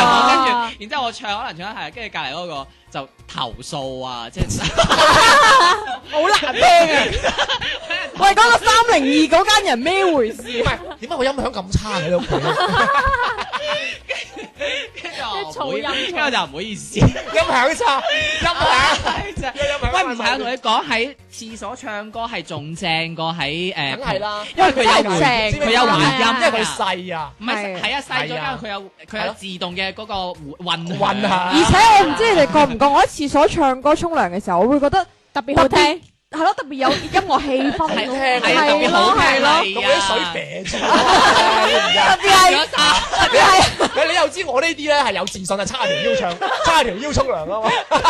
房，跟住然之後我唱可能唱得係，跟住隔離嗰個就投訴啊，即係 *laughs*
好難聽啊！喂，嗰個三零二嗰間人咩回事？
唔係點解個音響咁差嘅你屋企？
跟住我唔會跟住
即係噪音噪
我就唔好意
*laughs*
思。
音響差，音響。
喂，唔係我同你講喺廁所唱歌係仲正過喺誒，
梗係，啦，
因為佢有
真係
回
正
佢有回音
因
㗎，
為佢細啊，
唔係
係
係啊，細咗，因
係啊
為佢有佢
係
有
咯
自動嘅嗰個運
混
響 *laughs*
下。
而且我唔知你哋覺唔覺，我喺廁所唱歌沖涼嘅時候，我會覺得
特別好聽，
係咯，特別有音樂氣氛，
係聽係
係
特別好
咯，係
聽
咯，
你
咁
啊
啲水啡咗，而
特別係
咗打
你係
家你你又知我呢啲咧係有自信啊，叉條腰唱，叉條腰沖涼啊嘛。 *laughs*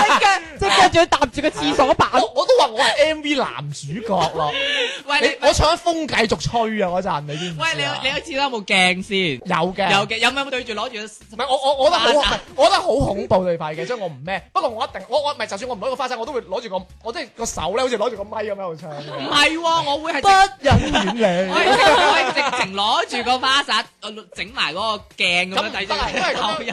隻腳，隻腳仲要搭住個廁所板，
我我都話我係 MV 男主角咯。
*laughs* 喂
你
你
我唱《風繼續吹》啊嗰陣，你知唔知啊啊
喂你有你有次有冇鏡先？
有嘅
有嘅，有冇有冇對住攞住
唔係我我我覺得
花
好，唔
灑
係我覺得好恐怖對派嘅，所以我唔咩。不過我一定我我唔係，就算我唔攞個花灑，我都會攞住個我即係個手咧，好似攞住個咪咁喺度唱嘅。
唔係喎，我會係
不
直
忍遠
我係直我係直情攞住個花灑，我整埋嗰個鏡咁
*laughs* 離，咁
樣睇
唔得啊，因為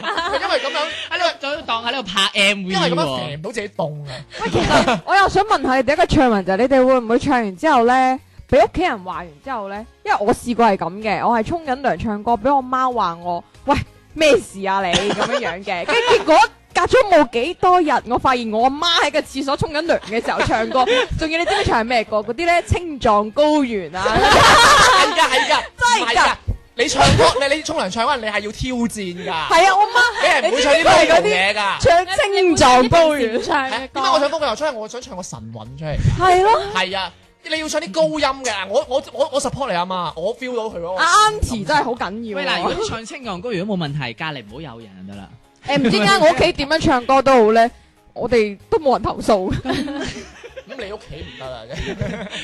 住
咁樣，
個口
因為咁樣，
喺度當當喺度拍 MV
因為咁樣
喎
射。唔到自己凍啊。
喂，其實我又想問下你哋一個唱文就係你哋會唔會唱完之後咧，俾屋企人話完之後咧？因為我試過係咁嘅，我係沖緊涼唱歌，俾我媽話我，喂咩事啊你咁樣樣 *laughs* 嘅，跟住結果。隔咗冇幾多日，我發現我阿媽喺個廁所沖緊涼嘅時候唱 *laughs* 歌，仲要你知唔知唱係咩歌？嗰啲咧青藏高原啊，
係㗎係㗎，
真
唔
係㗎
㗎。你唱歌，你你沖涼唱嗰陣，你係要挑戰㗎，
*laughs* 係啊，我媽
你係唔會唱啲
你知唔知佢係嗰
無
啲
嘢㗎。
唱青藏高原，
唱
係
嘅
點解我
歌
唱，風繼續吹？我想唱個神韻出嚟。
*laughs* 係咯，
係啊，你要唱啲高音嘅。我我我我 support 你啊嘛，我 feel 到佢嗰個。
阿 Auntie 真係好緊要啊
喂
喎。
嗱，如果唱青藏高原都冇問題，隔離唔好有人就得啦。 *laughs*
誒唔知點解我屋企點樣唱歌都好咧，我哋都冇人投訴。
咁你屋企唔得啊，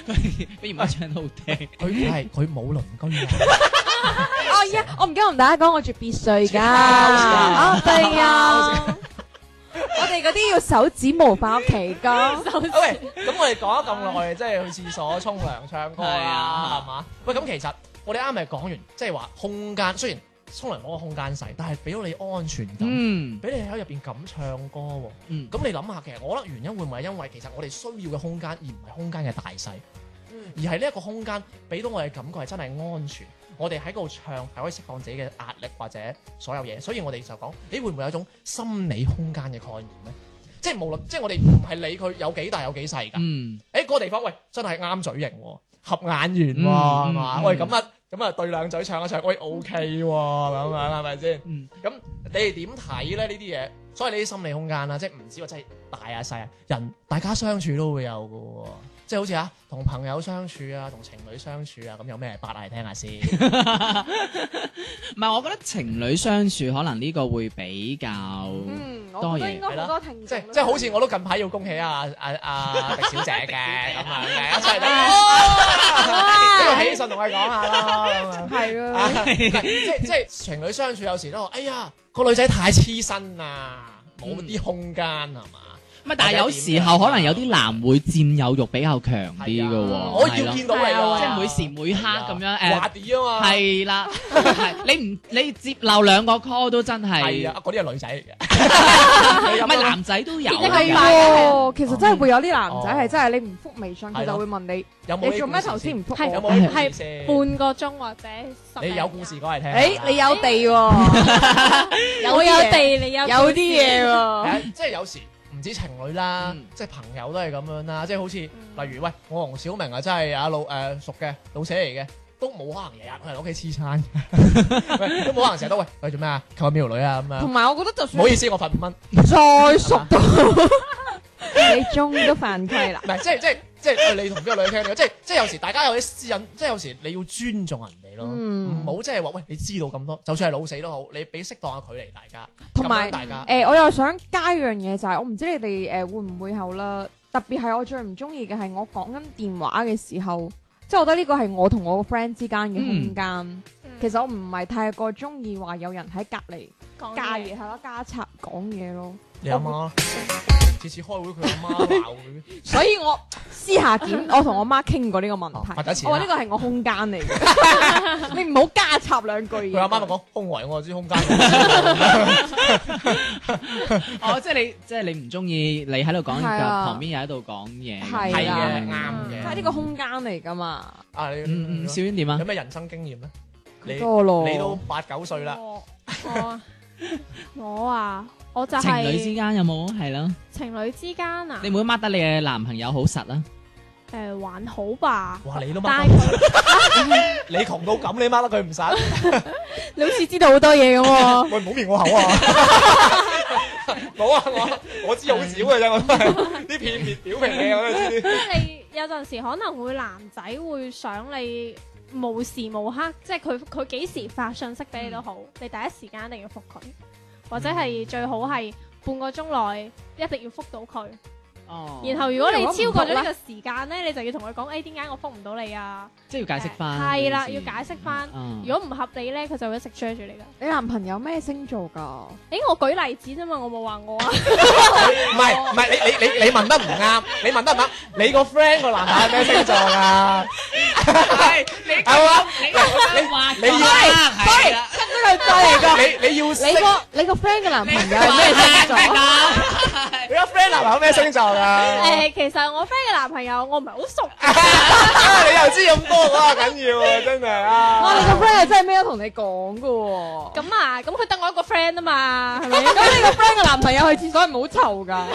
不如唔好唱得好聽。
*laughs* 佢係佢冇鄰居啊。
哦呀，我唔記得同大家講，我住別墅㗎。
啊
啊，對啊，我哋嗰啲要手指模翻屋企㗎。
喂，咁我哋講咗咁耐，即係去廁所、沖涼、唱歌
係
啦
啊，
係嘛？喂，咁其實我哋啱咪講完，即係話空間雖然沖涼房個空間細，但係俾到你安全感，
嗯
俾你喺入邊咁唱歌喎。
嗯，
咁你諗下，其實我覺得原因會唔會係因為其實我哋需要嘅空間，而唔係空間嘅大細，而係呢一個空間俾到我哋嘅感覺係真係安全。我哋喺嗰度唱係可以釋放自己嘅壓力或者所有嘢，所以我哋就講，你會唔會有一種心理空間嘅概念呢？即係無論即係我哋唔係理佢有幾大有幾細㗎。誒、
嗯， *laughs*
嗰個地方喂真係啱嘴型喎，合眼緣喎，
嗯
係嘛、
嗯
喂咁啊咁啊對兩嘴唱一唱，喂 OK 喎咁樣係咪先？
嗯
你哋點睇咧呢啲嘢？所以呢啲心理空間啦，即係唔止話真係大啊細啊，人大家相處都會有嘅喎。即係好似啊，同朋友相處啊，同情侶相處啊，咁有咩八啊？聽下先。
唔係，我覺得情侶相處可能呢個會比較，
嗯，
我覺得應
該
好多
多聽
即係即係好似我都近排要恭喜啊啊啊迪小姐嘅咁啊，一齊嚟，呢個喜訊同佢講下啦。咁啊
係
啊
啊，
即係即係情侶相處有時都話，哎呀個女仔太黐身啦，冇啲空間係嘛？
唔係，但係有時候可能有啲男會佔有欲比較強啲嘅
係
喎。
啊我
係
要
咯
見到你
即係
啊！
每時每刻咁樣
滑
誒，
啲啊嘛，
係啦，係你唔你接漏兩個 call 都真 *laughs*
係
係，
啊，嗰啲係女仔嚟嘅，
唔係男仔都有
得
係
咁
㗎。
快
喎。其實真係會有啲男仔係
哦
真係你唔覆微信，佢
係咯
就會問你
有冇呢
你做咩
故事
頭先唔
係
覆
有
我？
冇呢故事先？
半個鐘或者十
你
零
有故事
廿
講嚟聽下。
誒，你有地喎，
我有
嘢
地，你有
有啲
故事
嘢
係
喎。
啊，即係有時唔止情侶啦
嗯，
即係朋友都係咁樣啦，即係好似例如喂，我同小明啊，真係阿老誒熟嘅老舍嚟嘅。都冇可能日日去人屋企黐餐，喂都冇可能成日都喂喂做咩啊？求下苗女啊咁
同
樣，
埋我覺得就
唔好
算
意思，我罰五蚊。
再熟到，你中都犯規啦
唔。係，即係即係即係你同邊個女聽到？即係即係有時大家有啲私隱，即係有時你要尊重人哋咯，唔
嗯
好即係話喂你知道咁多，就算係老死都好，你俾適當嘅距離大家，
同埋
咁樣大家
誒、我又想加一樣嘢就係、我唔知你哋誒、會唔會後啦。特別係我最唔中意嘅係我講緊電話嘅時候，即係我覺得呢個係我同我個 friend 之間嘅
嗯
空間。其實我唔係太過中意話有人喺隔離
哦
講
加
嘢
嘢係咯，加插講嘢咯。
你阿媽次次開會佢阿媽鬧佢，
所以我 *laughs* 私下檢，
*laughs*
我同我媽傾過呢個問
哦發咗
題。
錢
我
啦
話呢個係我空間嚟嘅，
*laughs*
你唔好加插兩句嘢。
佢阿媽咪講胸圍我知 *laughs* 空間，
哦，即係你即係你唔中意你喺度講，
係啊
旁邊又喺度講嘢。
係
係
啦
嘅啱
即係呢
嘅。
個空間嚟㗎嘛，
啊你
嗯嗯，小婉點啊
有？咩人生經驗咧？你
多咯。
你都八九歲啦，
我我啊我啊，我就
情侶
係
之間有冇係咯？
情侶之間啊
你，唔會 mark 得你嘅男朋友好實啦。
誒還好吧，
哇你都
但
掹
係
得，
佢
你窮到咁你掹得佢唔散，
你好似知道好多嘢咁喎。
*laughs* 喂唔好滅我口啊！冇啊我我知好少嘅啫，我都係啲片面表皮嘅我都知。
即係你有陣時可能會男仔會想你無時無刻，即係佢佢幾時發信息俾你都好，你第一時間一定要覆佢，或者係最好係半個鐘內一定要覆到佢。
哦，
然後如果你超過咗
如果唔
呢
覆
個時間咧，你就要同佢講，哎誒點解我覆唔到你啊？
即係要解釋翻，
係啦，要解釋翻。
嗯。
如果唔合理咧，佢就會一直追住你噶。
你男朋友咩星座噶？
誒，我舉例子啫嘛，我冇話我 *laughs* 啊。
唔係唔係，你你你你問得唔啱，你問得唔啱，你個 friend 個男朋友係咩星座㗎？係嘛？
你
你要
係啦，
跟住再嚟個，
你你要識
*laughs* 你個你個 friend 嘅男朋友係咩星座？
你個 friend 男朋友咩星座㗎？
誒，其實我 friend 嘅男朋友我唔係好熟，
啊 *laughs* 你又知咁多，哇緊要啊，真係
哇！
啊！
你個 friend 係真係咩都同你講噶
*laughs*
喎。
咁啊，咁佢得我一個 friend 啊嘛，係咪？
咁你個 friend 嘅男朋友去廁所係唔好臭噶。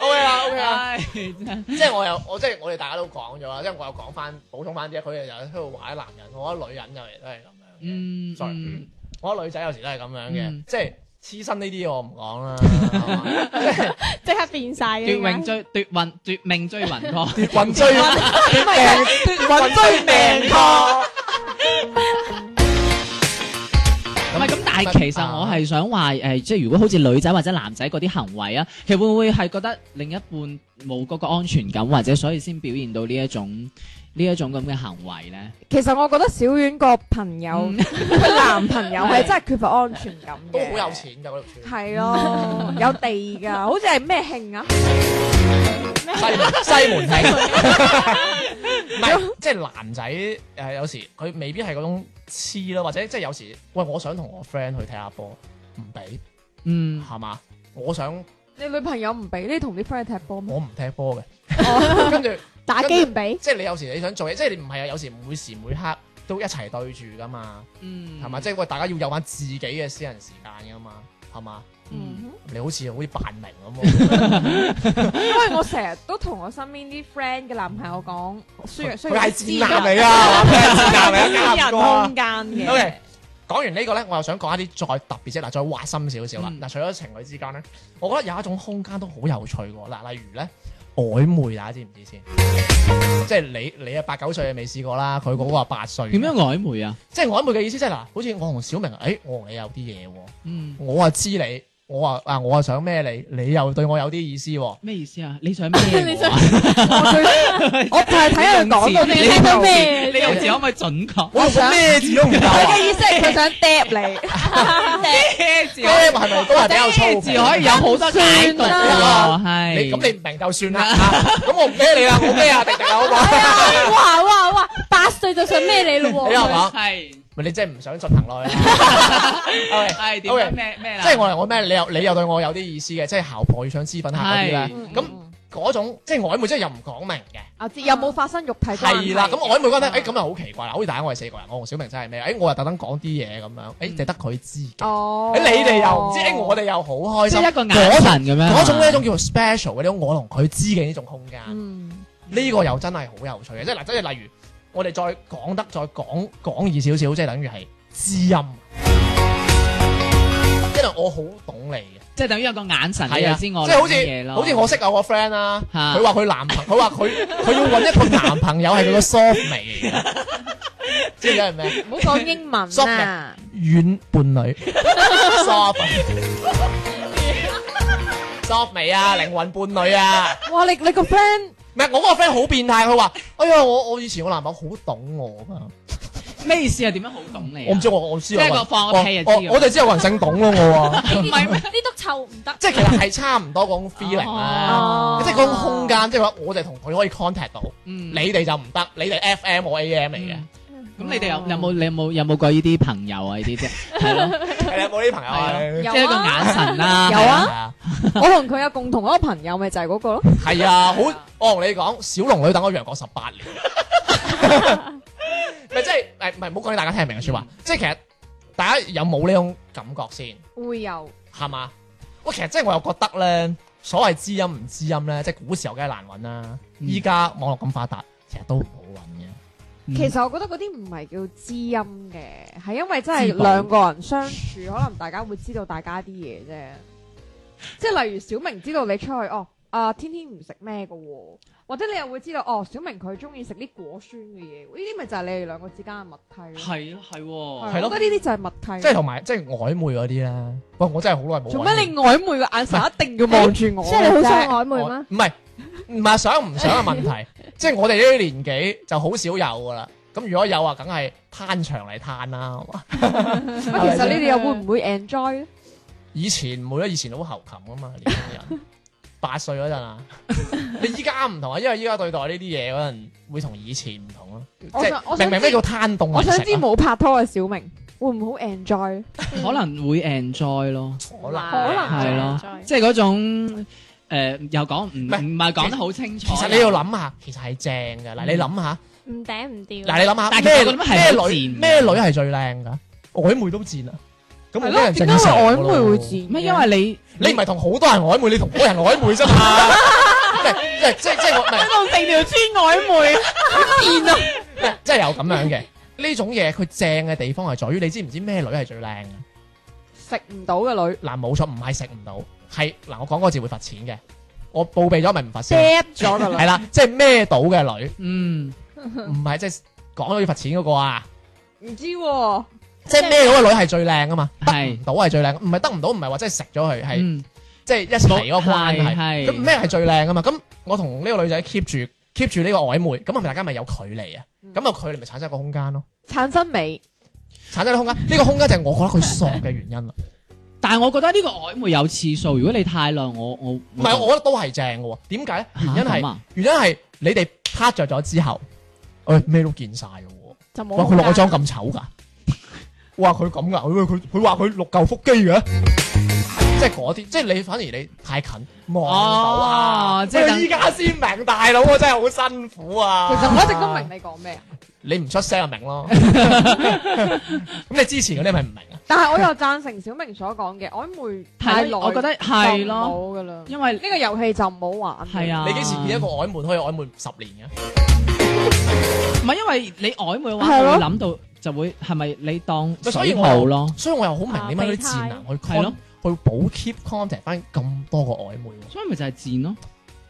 O K 啊，O K 啊。
唉真係
即係我又我即係我哋大家都講咗啦，因為我又講翻補充翻啲，佢哋又喺度話啲男人，我覺得女人有時都係咁樣嘅。
嗯
Sorry
嗯
我覺得女仔有時都係咁樣嘅，
嗯
即係黐身呢啲我唔講啦，係
*laughs*
嘛
*laughs* 即刻變晒
奪
嘅。
榮追奪運奪命追雲
*laughs*
哥，
運追命，運追命㗎。
唔係咁，但係
Ờ.
其
啊
實我係想話誒、即係如果好似女仔或者男仔嗰啲行為啊，其實會唔會係覺得另一半冇嗰個安全感，或者所以先表現到呢一種呢一種咁嘅行為咧？
其實我覺得小婉個朋友
嗯
佢男朋友係真係缺乏安全感
都
嘅，
好有。錢㗎嗰條村， *laughs*
係咯，有地㗎，好似係咩慶啊？
西門西門慶，唔係即係男仔誒、有時佢未必係嗰種黐咯，或者即係有時喂我想同我 friend 去睇下波，唔俾
嗯，
係嘛？我想
你女朋友唔俾你同啲 friend 去踢波咩？
我唔踢波嘅，*laughs*
哦
跟住
打機唔俾，
即係你有時你想做嘢，即係你唔係啊，有時每時每刻都一齊對住㗎嘛，
嗯
係嘛？即係喂大家要有翻自己嘅私人時間㗎嘛，係嘛？
嗯
你好似好似扮明咁喎，
因為我成日都同我身邊啲 friend 嘅男朋友講，雖然雖
佢
然
係
知
賤男
*laughs*
嚟啊，佢係賤男嚟啊，啱唔
人
過啊
空間
O
嗯
嘅，
K，講完呢個咧，我又想講一啲再特別啫，嗱，再挖深少少啦。
嗯
嗱、除咗情侶之間咧，我覺得有一種空間都好有趣喎。嗱，例如咧曖昧，啊大家知唔知先？即係你你啊八九歲你未試過啦，佢嗰個啊八歲。
點樣？曖昧啊？
即係曖昧嘅意思即係嗱，好似我同小明，誒、我同你有啲嘢喎，
嗯，
我啊知你，我啊啊我啊想咩你，你又對我有啲意思喎。
咩意思啊？ *laughs* 你想咩
*laughs*
我啊？
我最我就係睇下佢講到
你用字
你聽到咩。
你用字可唔可以
*laughs*
準確？
我用咩字都唔夠
佢
啊！
嘅意思係佢想嗒你，
咩字
咁係咪都係比較粗
字可以有好多啊解讀喎，
算
啦
係
你咁你唔明就
*laughs*
算啦，啊咁我唔孭你啦，我孭阿迪迪啦，好唔好？
哇哇哇，八歲就想咩你咯
你
喎！
又講，
係
咪你真係唔想
*laughs*
進行落去啦。OK，
係點
OK，
樣咩咩啦？
即係我係我咩？你又你又對我有啲意思嘅，即係姣婆要上私粉客嗰啲咧。
嗯
咁嗰種即係曖昧，即係又唔講明嘅。
啊，有冇發生肉體關係？
係啦，咁曖昧嗰陣，誒
嗯
咁又好奇怪啦。好似大家我哋四個人，我同小明真係咩？誒我又特登講啲嘢咁樣，誒就得佢知嘅。
哦，
誒你哋又唔知，誒我哋又好開
即
心
係。一個眼神咁樣，
嗰種呢一種叫做 special 嘅呢種我同佢知嘅呢種空間。
嗯，
呢個又真係好有趣嘅，即係嗱，即係例如我哋再講得再講講易少少，即係等於係知音，因為我好懂你嘅，
即係等於有個眼神你
係
就
啊，
知
即
我
係好
諗嘢
似
咯
好似我識有個 friend 啦，
嚇
佢話佢男朋，佢話佢
*laughs*
佢要揾一個男朋友係佢個 soft 味嚟嘅，知唔知係咩？
唔好講英文啊。
軟伴侶 soft 啊 soft 味啊，靈魂伴侶啊！
哇！你你個 friend
唔係，我嗰個 friend 好變態，佢話：哎呀，我我以前我男朋友好懂我啊㗎，
咩意思啊？點樣好懂你啊？
我唔知我我知有
即係
個
個
人
放個屁就知
我
㗎
我我哋知有個人姓董咯，我
*laughs*
啊，
唔係咩？呢督臭唔得，
即係其實係差唔多嗰種 feeling 啦，
哦
即係嗰種空間，即係話我哋同佢可以 contact 到，
嗯，
你哋就唔得，你哋 FM 我 AM 嚟嘅
嗯，咁你哋有有冇你有冇有冇過呢啲朋友啊？呢
*laughs*
啲啫，係咯，
你有冇呢啲朋友啊？
有
即係一個
啊，
眼神啦，
有啊
係啊，
我同佢有共同嗰個朋友咪就係嗰個咯。
係啊，好，我同你講，小龍女等我楊過十
*laughs*
八年，咪即係誒唔係唔好講俾大家聽明嘅説話，即係其實大家有冇呢種感覺先？
會有
係嘛？喂，其實即係我又覺得咧，所謂知音唔知音咧，即係古時候梗係難揾啦。
嗯
依家、網絡咁發達，其實都唔好揾嘅。
嗯
其實我覺得嗰啲唔係叫知音嘅，係因為真係
知道
兩個人相處，可能大家會知道大家啲嘢啫。即係例如小明知道你出去哦，啊啊天天唔食咩嘅喎，或者你又會知道哦，小明佢中意食啲果酸嘅嘢，呢啲咪就係你哋兩個之間嘅默契咯。
係咯係喎，
係
係咯
我覺得呢啲就係默契。
即係同埋即係曖昧嗰啲啦。喂，我真係好耐冇。
做咩你曖昧嘅眼神一定要望住我？
*laughs* 即係你好想曖昧
我
嗎？
唔係唔係想唔想嘅問題， *laughs* 即係我哋呢啲年紀就好少有噶啦。咁如果有啊，梗係攤長嚟攤啦。係嘛
喂其實你哋又會唔會 enjoy 咧？
以前唔會啊啦，以前好喉擒噶嘛，年輕人八歲嗰陣啊。你依家唔同啊，因為依家對待呢啲嘢嗰陣會同以前唔同咯。即
我想我
係明
想
明咩叫攤凍
我
為食
想知
啊？
冇拍拖嘅小明會唔會好 enjoy 咧？
可能會 enjoy 咯，
可能
可能
係咯，即係嗰種誒又講唔
係
唔係講得好清楚。
其實你要諗下，其實係正嘅。嗱，你諗下，
唔頂唔掉。
嗱，你諗下
但係其實我覺得係
咩
好
咩女
賤嘅
咩女係最靚㗎？曖昧都賤啊！咁我
係
啲
咯，
人
點
正
解
常
會
㗎
曖昧
咯
會賤？
咩？因為你
你唔係同好多人曖昧，你同嗰人曖昧啫嘛。 *laughs* 唔係，即係即係我唔係
同成條村曖昧，好啊！
唔係，即係有咁樣嘅呢種嘢，佢正嘅地方係在於你知唔知咩女係最靚嘅？
食唔到嘅女
嗱，冇錯，唔係食唔到，係嗱，我講嗰個字會罰錢嘅。我報備咗咪唔罰先，
，dead 咗嘅女
係啦，即係咩到嘅女，
嗯
唔係即係講咗要罰錢嗰個啊。
唔知喎，
即係咩嗰個女係最靚啊嘛，得
係
唔到係最靚，唔係得唔到唔係話真係食咗佢，係
嗯
即係一齊嗰個關
係
係。
係
咁咩係最靚啊嘛？咁我同呢個女仔 keep 住 keep 住呢個曖昧，咁係咪大家咪有距離啊？
嗯
咁個距離咪產生一個空間咯，
產生美，
產生一個空間，呢個空間就係我覺得佢索嘅原因啦。
但係我覺得呢個曖昧有次數，如果你太耐，我我
唔係，我覺得都係正嘅喎。點解咧？原因
嚇咁
係
啊
原因係你哋撻着咗之後，誒咩都見晒嘅喎。
就冇
哇！佢落個
空間
妝咁醜㗎， *laughs* 哇！佢咁㗎，哎佢佢佢話佢六嚿腹肌嘅，即係嗰啲，即係你反而你太近望唔到啊！
哦
即
即係
係依家先明，大佬我真係好辛苦啊！
其實我一直都明，你講咩，
你唔出聲就明咯。咁你之前嗰啲咪唔明啊？
但係我又贊成小明所講嘅曖昧
係
太耐，
咯我覺得係咯
就唔好噶啦，呢
因為
個遊戲就唔好玩。
係啊，
你幾時見一個曖昧可以曖昧十年嘅？
唔係因為你曖昧嘅話，
係
佢
咯
會諗到就會係咪你當
所以
水
我
泡咯？
所以我又好
啊
明點解嗰啲賤男去
係咯
con 去補 keep contact 翻咁多個曖昧喎，
所以咪就係賤咯。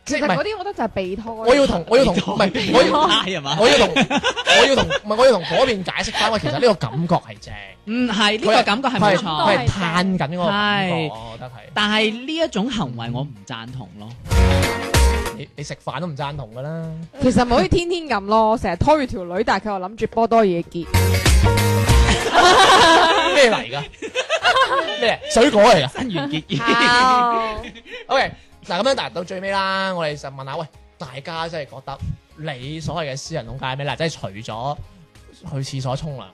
其
即
實
係唔係
嗰啲我覺得就係備胎。
我要同我要同 *laughs*
*laughs*
唔係我要。
係嘛？
我要同我要同唔係我要同嗰邊解釋翻，喂，其實呢個感覺係正，
嗯，係呢個感覺係冇
佢
錯，
佢係嘆緊嗰個感覺，我覺得係。
但係呢一種行為我唔贊同咯。
你你食飯都唔贊同㗎啦，
其實唔好似天天咁咯，成日拖住條女，但係佢又諗住波多野 *laughs* 結。
咩嚟㗎？咩水果嚟㗎
真完結 *laughs* 結
？OK，嗱咁樣，嗱到最尾啦，我哋就問下，喂，大家真係覺得你所謂嘅私人空間係咩？嗱，即係除咗去廁所沖涼、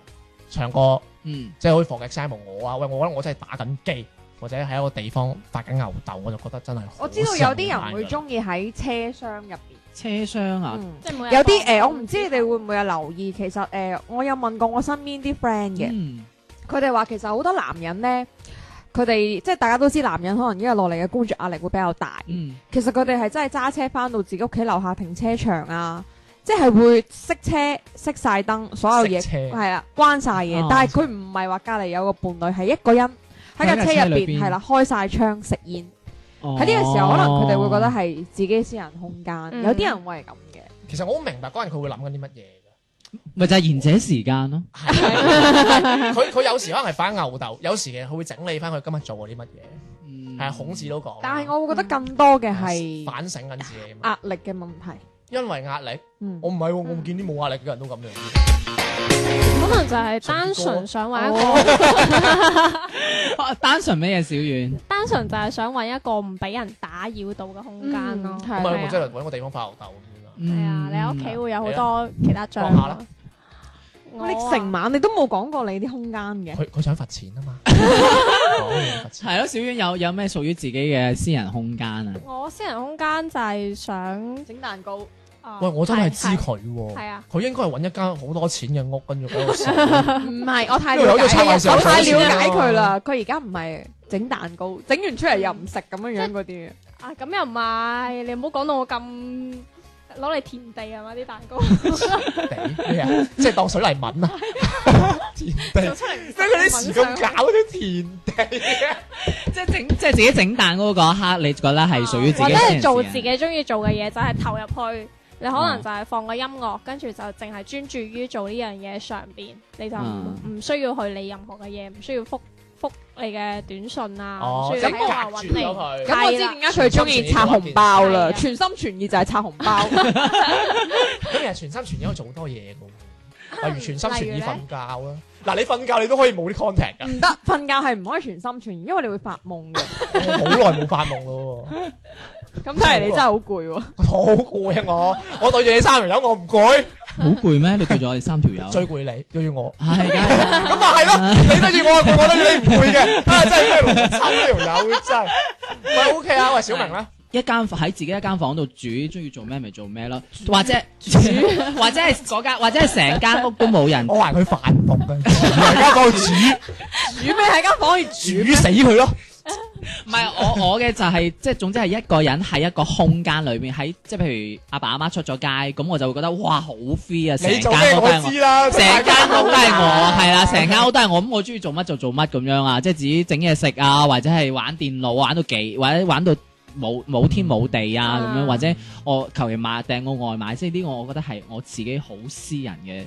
唱歌，
嗯，
即係好似放 example 我啊，喂，我覺得我真係打緊機，或者喺一個地方發緊牛竇，我就覺得真係好
*laughs* 我知道有啲
私空
人
間
會
㗎
中意喺車廂入邊。
車廂啊，
嗯
即係每日
有啲
放
誒，
工
我唔知你哋會唔會有留意，其實誒，我有問過我身邊啲 friend 嘅，
嗯，
佢哋話其實好多男人呢，佢哋即係大家都知男人可能因為落嚟嘅工作壓力會比較大，
嗯，
其實佢哋係真係揸車翻到自己屋企樓下停車場啊，即係會熄車、熄晒燈，所有嘢
熄車
係啦，關晒嘢，
哦
但係佢唔係話隔離有個伴侶係一個人喺架
喺架
車
車
入
裏邊
邊
哦
係啦，開晒窗食煙。
喺
喺呢個時候，可能佢哋會覺得係自己私人空間，
嗯
有啲人會係咁嘅。
其實我好明白嗰陣佢會諗緊啲乜嘢㗎
咪就係賢者時間咯。
係佢佢有時可能係擺牛竇，有時嘅佢會整理翻佢今日做過啲乜嘢，
嗯
係啊孔子都講啦。
但係我會覺得更多嘅係啊
反省緊自己嘛，
壓力嘅問題。
因為壓力，
嗯，
我唔係喎，我見啲冇壓力嘅人都咁樣。
可能就係單純想揾一個，
哦
啊 *laughs* 單純咩嘢小遠？
單純就係想揾一個唔俾人打擾到嘅空間咯
咁
嗯。係
咪
係
我
啊
真係揾個地方發牛竇咁樣啦。
係啊，你喺屋企會有好多其他障
講下啦
礙。我啊
你成晚你都冇講過你啲空間
嗯
嘅，
佢佢想罰錢啊
*laughs*
嘛，講嘢罰錢。
啊
係咯，小遠有有咩屬於自己嘅私人空間啊？
我私人空間就係想，
整蛋糕。
啊
喂，我真係知
係
佢
係
喎，
啊，
佢應該係揾一間好多錢嘅屋，跟住
*laughs*
喺度食。
唔係，我太
因為
了
有咗策
解
劃時候
我太了
想
解
先啊
佢啦。佢而家唔係整蛋糕，整完出嚟又唔食咁樣樣嗰啲。
啊咁又唔係，你唔好講到我咁攞嚟填地啊嘛啲蛋
*laughs*
糕，
地咩啊？即係當水泥
*laughs*
吻啊！田地
做，出嚟
即係佢啲時咁搞啲田地啊嘅。
即係整，即係自己整蛋糕嗰一刻，你覺得係屬於自己啊
或者
嘅
係做
事
自己中意做嘅嘢，就係投入去。你可能就係放個音樂，跟住就淨係專注於做呢樣嘢上邊，你就
啊
唔唔需要去理任何嘅嘢，唔需要覆覆你嘅短信啊，
哦
唔需要
即係
冇話揾
隔住咗佢
你。
咁我知點解佢中意拆紅包啦，全心全意就係拆紅 *laughs* 包。
咁其實全心全意可以做好多嘢嘅喎，例如全心全
例如
意
咧
瞓覺啦。嗱，你瞓覺你都可以冇啲 contact 㗎。
唔得，瞓覺係唔可以全心全意，因為你會發夢 *laughs* 嘅。
我好耐冇發夢咯喎，
咁睇嚟你真係好攰喎。
我好攰啊我！我對住你三條友我唔攰，
好
*laughs*
攰咩？你對咗我哋三條友，
最攰你對住我。
係梗係啦
咁啊係咯，你對住我我覺得你唔會嘅，啊真係咩抽呢條友真係。喂 OK 啊，喂小明咧，
一間喺自己一間房度煮，中意做咩咪做咩咯，或者 *laughs* 或者係嗰間，或者係成間屋都冇
*laughs*
人
我。話佢反動嘅，而家幫佢煮
煮咩喺間房可以煮
煮死佢咯。
唔係我我嘅就係、即係總之係一個人喺一個空間裏邊，喺即係譬如阿爸阿媽出咗街，咁我就會覺得哇好 free 啊！成
你
間
做咩
屋都
我
係我
知。啦，
成間屋都係我，係啦，成間屋都係我，咁我中意做乜就做乜咁樣啊，即係自己整嘢食啊，或者係玩電腦啊玩到幾，或者玩到冇冇天冇地啊咁樣，
嗯
或者我求其買訂個外賣，即係呢個我覺得係我自己好私人嘅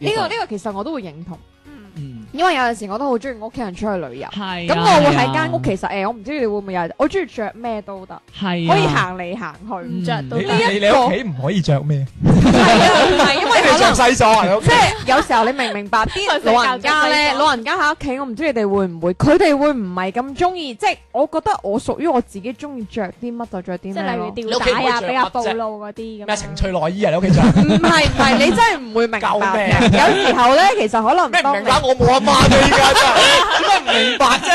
呢個呢個其實我都會認同，
嗯
嗯
因為有陣時我都好中意我屋企人出去旅遊。
係啊，
咁我
係
會喺
啊
間屋，其實誒，我唔知你會唔會有，我中意着咩都得，
係啊
可以行嚟行去。
嗯
唔着到
你
得
你你屋企唔可以着咩？
*laughs* 係啊，唔係因為
你
可能
着。西裝啊？
即係有時候你明唔明白啲老人家
我成日
咧，
都係咁
老人家喺屋企，我唔知你哋會唔會，佢哋會唔係咁中意，即係我覺得我屬於我自己中意着啲乜就着啲
即
咩
係
咯。
例
你
如
屋
吊
企唔
帶
會
啊，
着
比較
乜
暴
啫
露嗰啲咁。
咩情趣內衣啊？你屋企着
唔係唔係，你真係唔會明白嘅。
救
有時候咧，其實可能
咩唔
當
明
你
白？我冇阿媽啫，依家真係點解唔明白啫？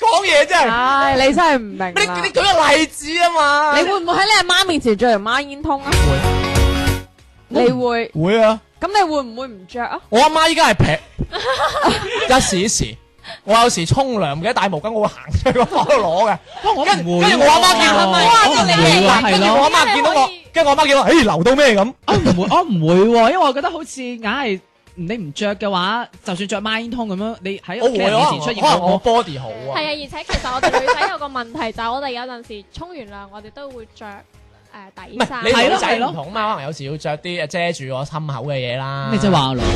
講嘢真係，
唉，你真係唔
你
明啦
你舉個例子啊嘛？
你會唔會喺你阿媽面前着條孖煙通啊？你會
會啊？
咁你會唔會唔着啊？
我阿媽依家係平 *laughs* 一時一時。我有時沖涼唔記得帶毛巾，我會行出去個房度攞嘅。
我唔
跟
會
跟住我阿媽見到，
喎
哇！
我唔
真係
會喎
跟
係
住
咯
我。阿媽見到我
因為可以，
跟住我阿媽見到我，誒流到咩咁？
我唔會，我唔會喎，因為我覺得好似硬係你唔着嘅話，就算着孖煙通咁樣，你喺
我
屋企
會
人面前出
啊可能
現
可能
過
哦我 body 好
係
啊。
啊，而且其實我哋女仔有個問題就係我哋有陣時沖完涼，我哋都會着誒
唔
底
係
衫。
你女
係
仔
咯
唔同嘛，可能有時要着啲誒遮住我心口嘅嘢啦。
你即係話我女啦，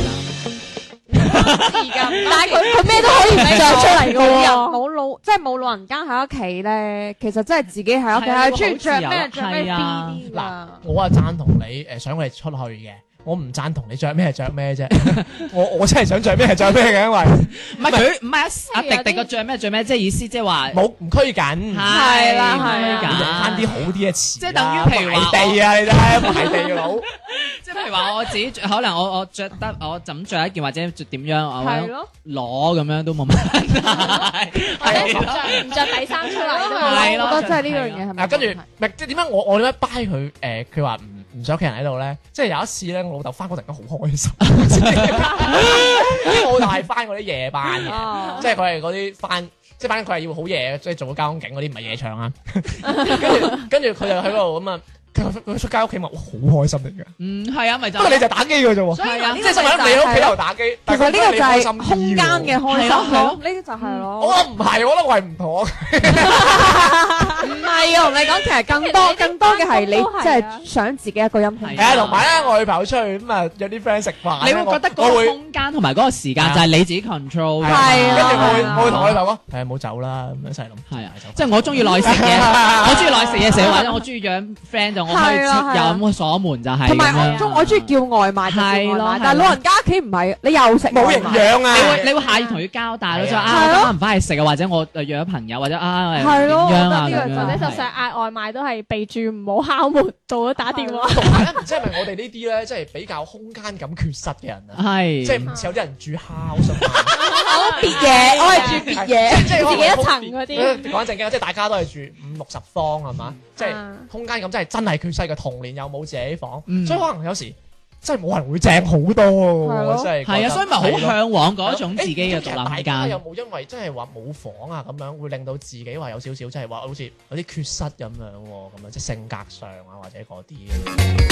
而家唔
*laughs*
但係佢佢咩都可以唔着出嚟嘅喎，冇老即係冇老人家喺屋企咧，其實真係自己喺屋企
係啊
係中意着咩
好自由
着咩
係啊
B
嗱
啦，。
我啊贊同你誒，想我哋出去嘅。我唔贊同你着咩着
*laughs*
咩啫，我我真係想着咩着咩嘅，因為
唔係佢，唔係阿啊阿
即係有啲
迪迪個着咩着咩，即係意思即係話
冇唔拘謹。
係
啦係
咁
啊
樣
你用翻啲
㗎
好啲嘅詞啦，
即係等於譬如話
埋地啊，你真係埋地佬，
即係譬如話我自己着，可能我我着得我就咁着一件或者着點樣，我
係咯，
攞咁樣都冇問題。
或者唔着唔着底衫出嚟都
啊係
冇。
咯
我覺得真係啊呢樣嘢係咪？
啊跟住唔係即係點解我我點解掰佢誒？佢話唔唔想屋企人喺度咧，即係有一次咧，我老豆翻工突然間好開心，因為我老豆係翻嗰啲夜班嘅。
哦
即係佢係嗰啲翻，即係反正佢係要好夜，即係做交通警嗰啲，唔係夜場
*laughs*
啊。跟住跟住佢就喺度咁啊，佢佢出街屋企咪哇好開心嚟嘅。
嗯，係啊，咪就
不過你就打機嘅啫喎，
係啊
呢
即
個
係
就
成
係
日喺你屋企度打機，
其
但
實呢
佢覺得
個
你
就
開心
係
啲
空間嘅
喎。
開
係咯係
心
咯
咯，呢啲就係
我
咯。
覺得唔係，我覺得我係
*laughs*
唔妥。
唔係啊，我同你講，其實更多更多嘅係你即係想自己一個人空間
係啊，同埋咧，我女朋友出去咁啊，約啲 friend 食飯
你
咧，
會覺得
我
嗰
我
個
會
空間同埋嗰個時間就係你自己 control 㗎。
啊
跟
係
住我會
係啊
我會同我女朋友講，誒冇走啦，咁樣一齊諗。
係啊
係就，
即係我中意內食
*laughs*
嘅，我中意內食嘢食，或者我中意養 friend 就我可以接
係啊係啊
有咁鎖門就係咁樣。
同埋我中我中意叫外賣就
係
叫
咯係
外賣，但係
咯
老人家屋企唔係，你又食
冇
外
營
賣
養啊！
你會你會下意同佢交代咯，就
係啊
話
係
啊，
咯
我今晚唔翻去食啊，或者我誒約咗朋友，或者啊誒
係咯
點樣啊
我覺得呢個
咁
或
樣
者就
係
算嗌外賣都係備注唔好敲門，做咗打電話。
同埋咧，唔知係咪我哋呢啲咧，即係比較空間感缺失嘅人啊，
係
即係
Ờ.
唔似有啲人住 house
*laughs*
啊
我別嘢，我係住別嘢。
嘛，即係
自己一層
嗰
嗰啲。
啲。講正經，即係大家都係住五六十
À.
方係嘛，即係空間感真係真係缺失嘅童年又冇自己房，
嗯
所以可能有時真係冇人會正好多
係
喎，
咯
真係覺得
係啊，所以咪好
係咯
向往嗰
係咯
一種
誒
自己嘅
咁其實
獨立空
大家
間。
有冇因為真係話冇房啊咁樣，會令到自己話有少少即係話好似有啲缺失咁樣喎，咁樣即係性格上啊或者嗰啲。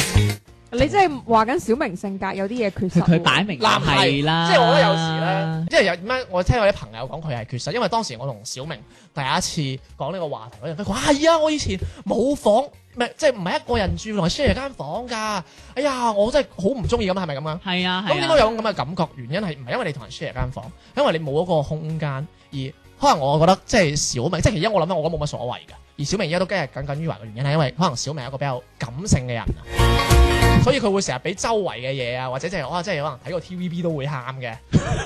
你即係話緊小明性格有啲嘢缺失
佢
喎。
佢擺明就
嗱唔
係啦，
即係我覺得有時咧，因為有點解我聽我啲朋友講佢係缺失，因為當時我同小明第一次講呢個話題嗰陣，佢話係啊，我以前冇房，唔係即係唔係一個人住，同埋 share 間房㗎。哎呀，我真係好唔中意咁，係咪咁啊？
係啊
咁
係
點
啊
解，有咁嘅感覺？原因係唔係因為你同人 share 間房，因為你冇嗰個空間，而可能我覺得即係小明，即係而家我諗我覺得冇乜所謂㗎。而小明而家都今日耿耿於懷嘅原因係因為可能小明係一個比較感性嘅人啊，所以佢會成日俾周圍嘅嘢啊，或者即係哇，即係可能睇過 TVB 都會喊嘅，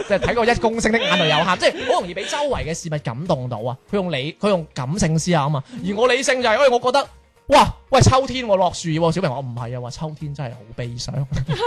即係睇過一公升的眼淚又喊，即係好容易俾周圍嘅事物感動到啊。佢用理，佢用感性思考啊嘛，而我理性就係、因哎為我覺得。哇！喂，秋天喎，落樹喎，小明話我唔係啊，話秋天真係好悲傷， *laughs*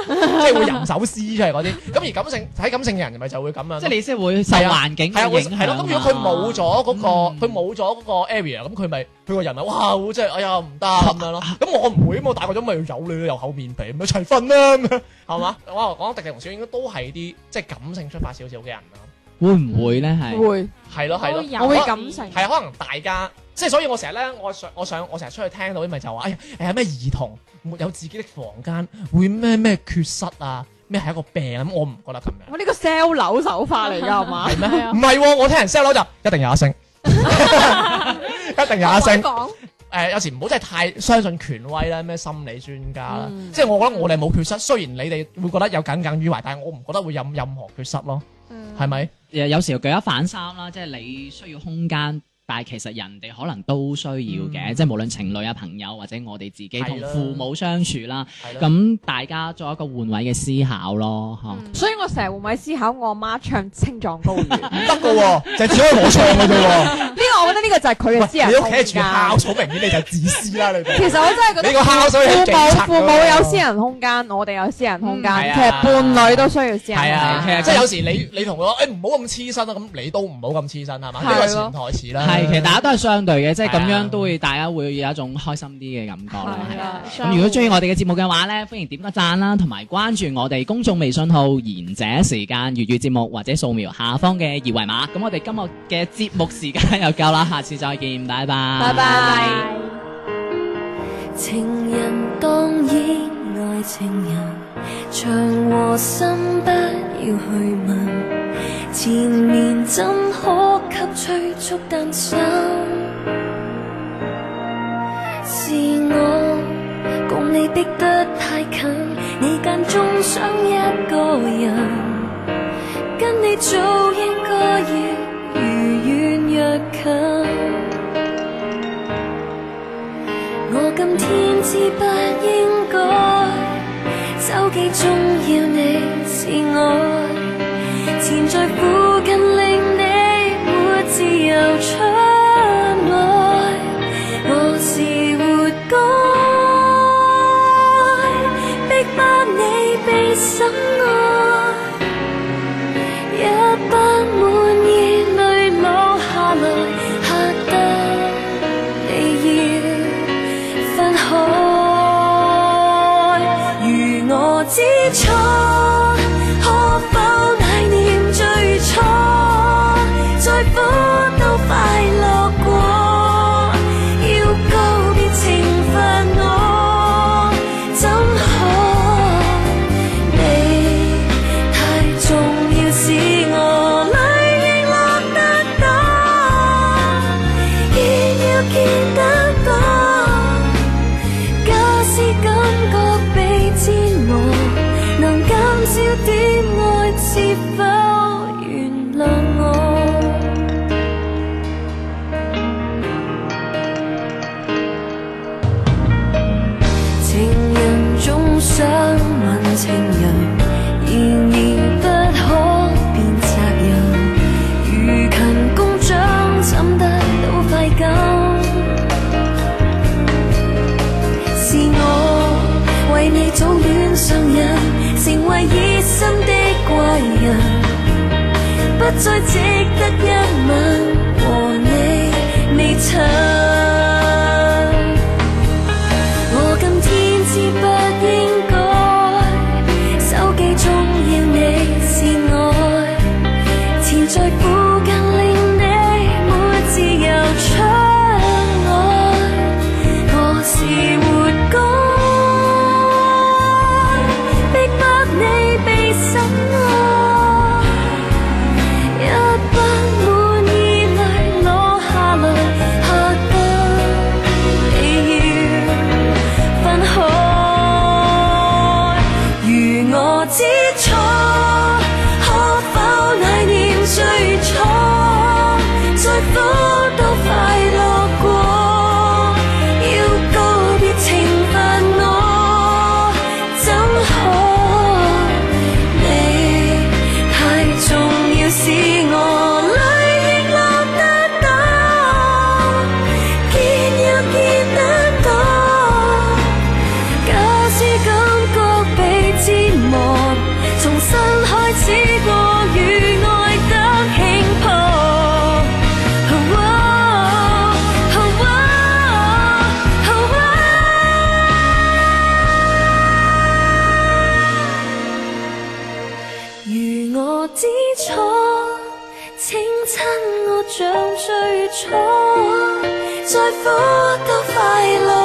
即係會吟首詩出嚟嗰啲。咁而感性睇感性嘅人咪就會咁樣。
即係你先會受
係啊
環境
係啊，會
嘅影
係咯。
響
咁如果佢冇咗嗰個，
嗯
佢冇咗嗰個 area，咁佢咪佢個人咪哇，會真係哎呀唔得咁
*laughs*
樣咯。咁我唔會咁，我大個咗咪有你咯，有厚面皮，咪一齊瞓啦咁樣，係嘛？我講迪迪同小英都係啲即係感性出發少少嘅人啊啦。
會唔會咧係？
會，
係咯係咯
都，有
我會
啲
感性
係啊可能大家即係所以我成日咧，我想我想我成日出去聽到啲咪就話，哎呀誒咩兒童沒有自己的房間，會咩咩缺失啊，咩係一個病啊咁，我唔覺得咁樣。
我呢個 sell 樓手法嚟㗎 *laughs* 係啊嘛？
係咩？唔係喎，我聽人 sell 樓就一定有一升， *laughs* 一定有一升。
講
誒、有時唔好真係太相信權威啦，咩心理專家啦，
嗯
即係我覺得我哋冇缺失。雖然你哋會覺得有耿耿於懷，但係我唔覺得會有任何缺失咯，
嗯
係咪？
誒有時候舉一反三啦，即係你需要空間。但係其實人哋可能都需要嘅，即係無論情侶啊、朋友或者我哋自己
係
同
啦
父母相處啦，
係咯。
咁大家作一個換位嘅思考咯，嚇、
所以我成日會咪思考我阿媽唱《青藏高原》，呢
唔得嘅喎，就係只可以我唱嘅啫喎。
個我覺得 *laughs* 呢個就係佢嘅私
喂，你屋
人空
企住
間
烤。草，明顯你就自私啦，你哋。
其實我真係覺
你個
得
烤水係
父
警察
母
㗎
父母有私人空間，我哋有私人空間
嗯係，啊
其實伴侶都需要私人空
係啊，
間。
即係有時你你同佢講，誒唔好咁黐身啦，啊咁你都唔好咁黐身係嘛？呢個
係
潛
咯
台詞啦。
係，其實大家都係相對嘅，嗯即係咁
係啊
樣都會大家會有一種開心啲嘅感覺啦。係
係
啊
啊
咁如果中意我哋嘅節目嘅話咧，歡迎點個讚啦，同埋關注我哋公眾微信號賢者時間粵語節目，或者掃描下方嘅二維碼。咁我哋今日嘅節目時間又夠啦，下次再見，拜拜。
拜拜。
情人當然愛情人，長和心不要去問，前面怎可給催促單身？是我共你逼得太近，你間中想一個人。跟你早應該要如願若近。我今天知不應該，手機中要你示愛，潛在附近令你沒自由出來，我是活該，逼不你被深愛。一不滿意，淚流下來，嚇得你要分開。如我之初，可否乃念最初，再苦都快樂過，要告別懲罰我，怎可？你太重要，使我淚亦落得多，亦要見得多。假使感覺被折磨，能減少點愛，是否原諒我？情人總想問情人，然而不可變責任。如勤工獎怎得到快感？是我為你早戀上癮，成為熱心的怪人，不再值得一吻和你未襯。我今天知不應該，Oh, oh, 苦都快乐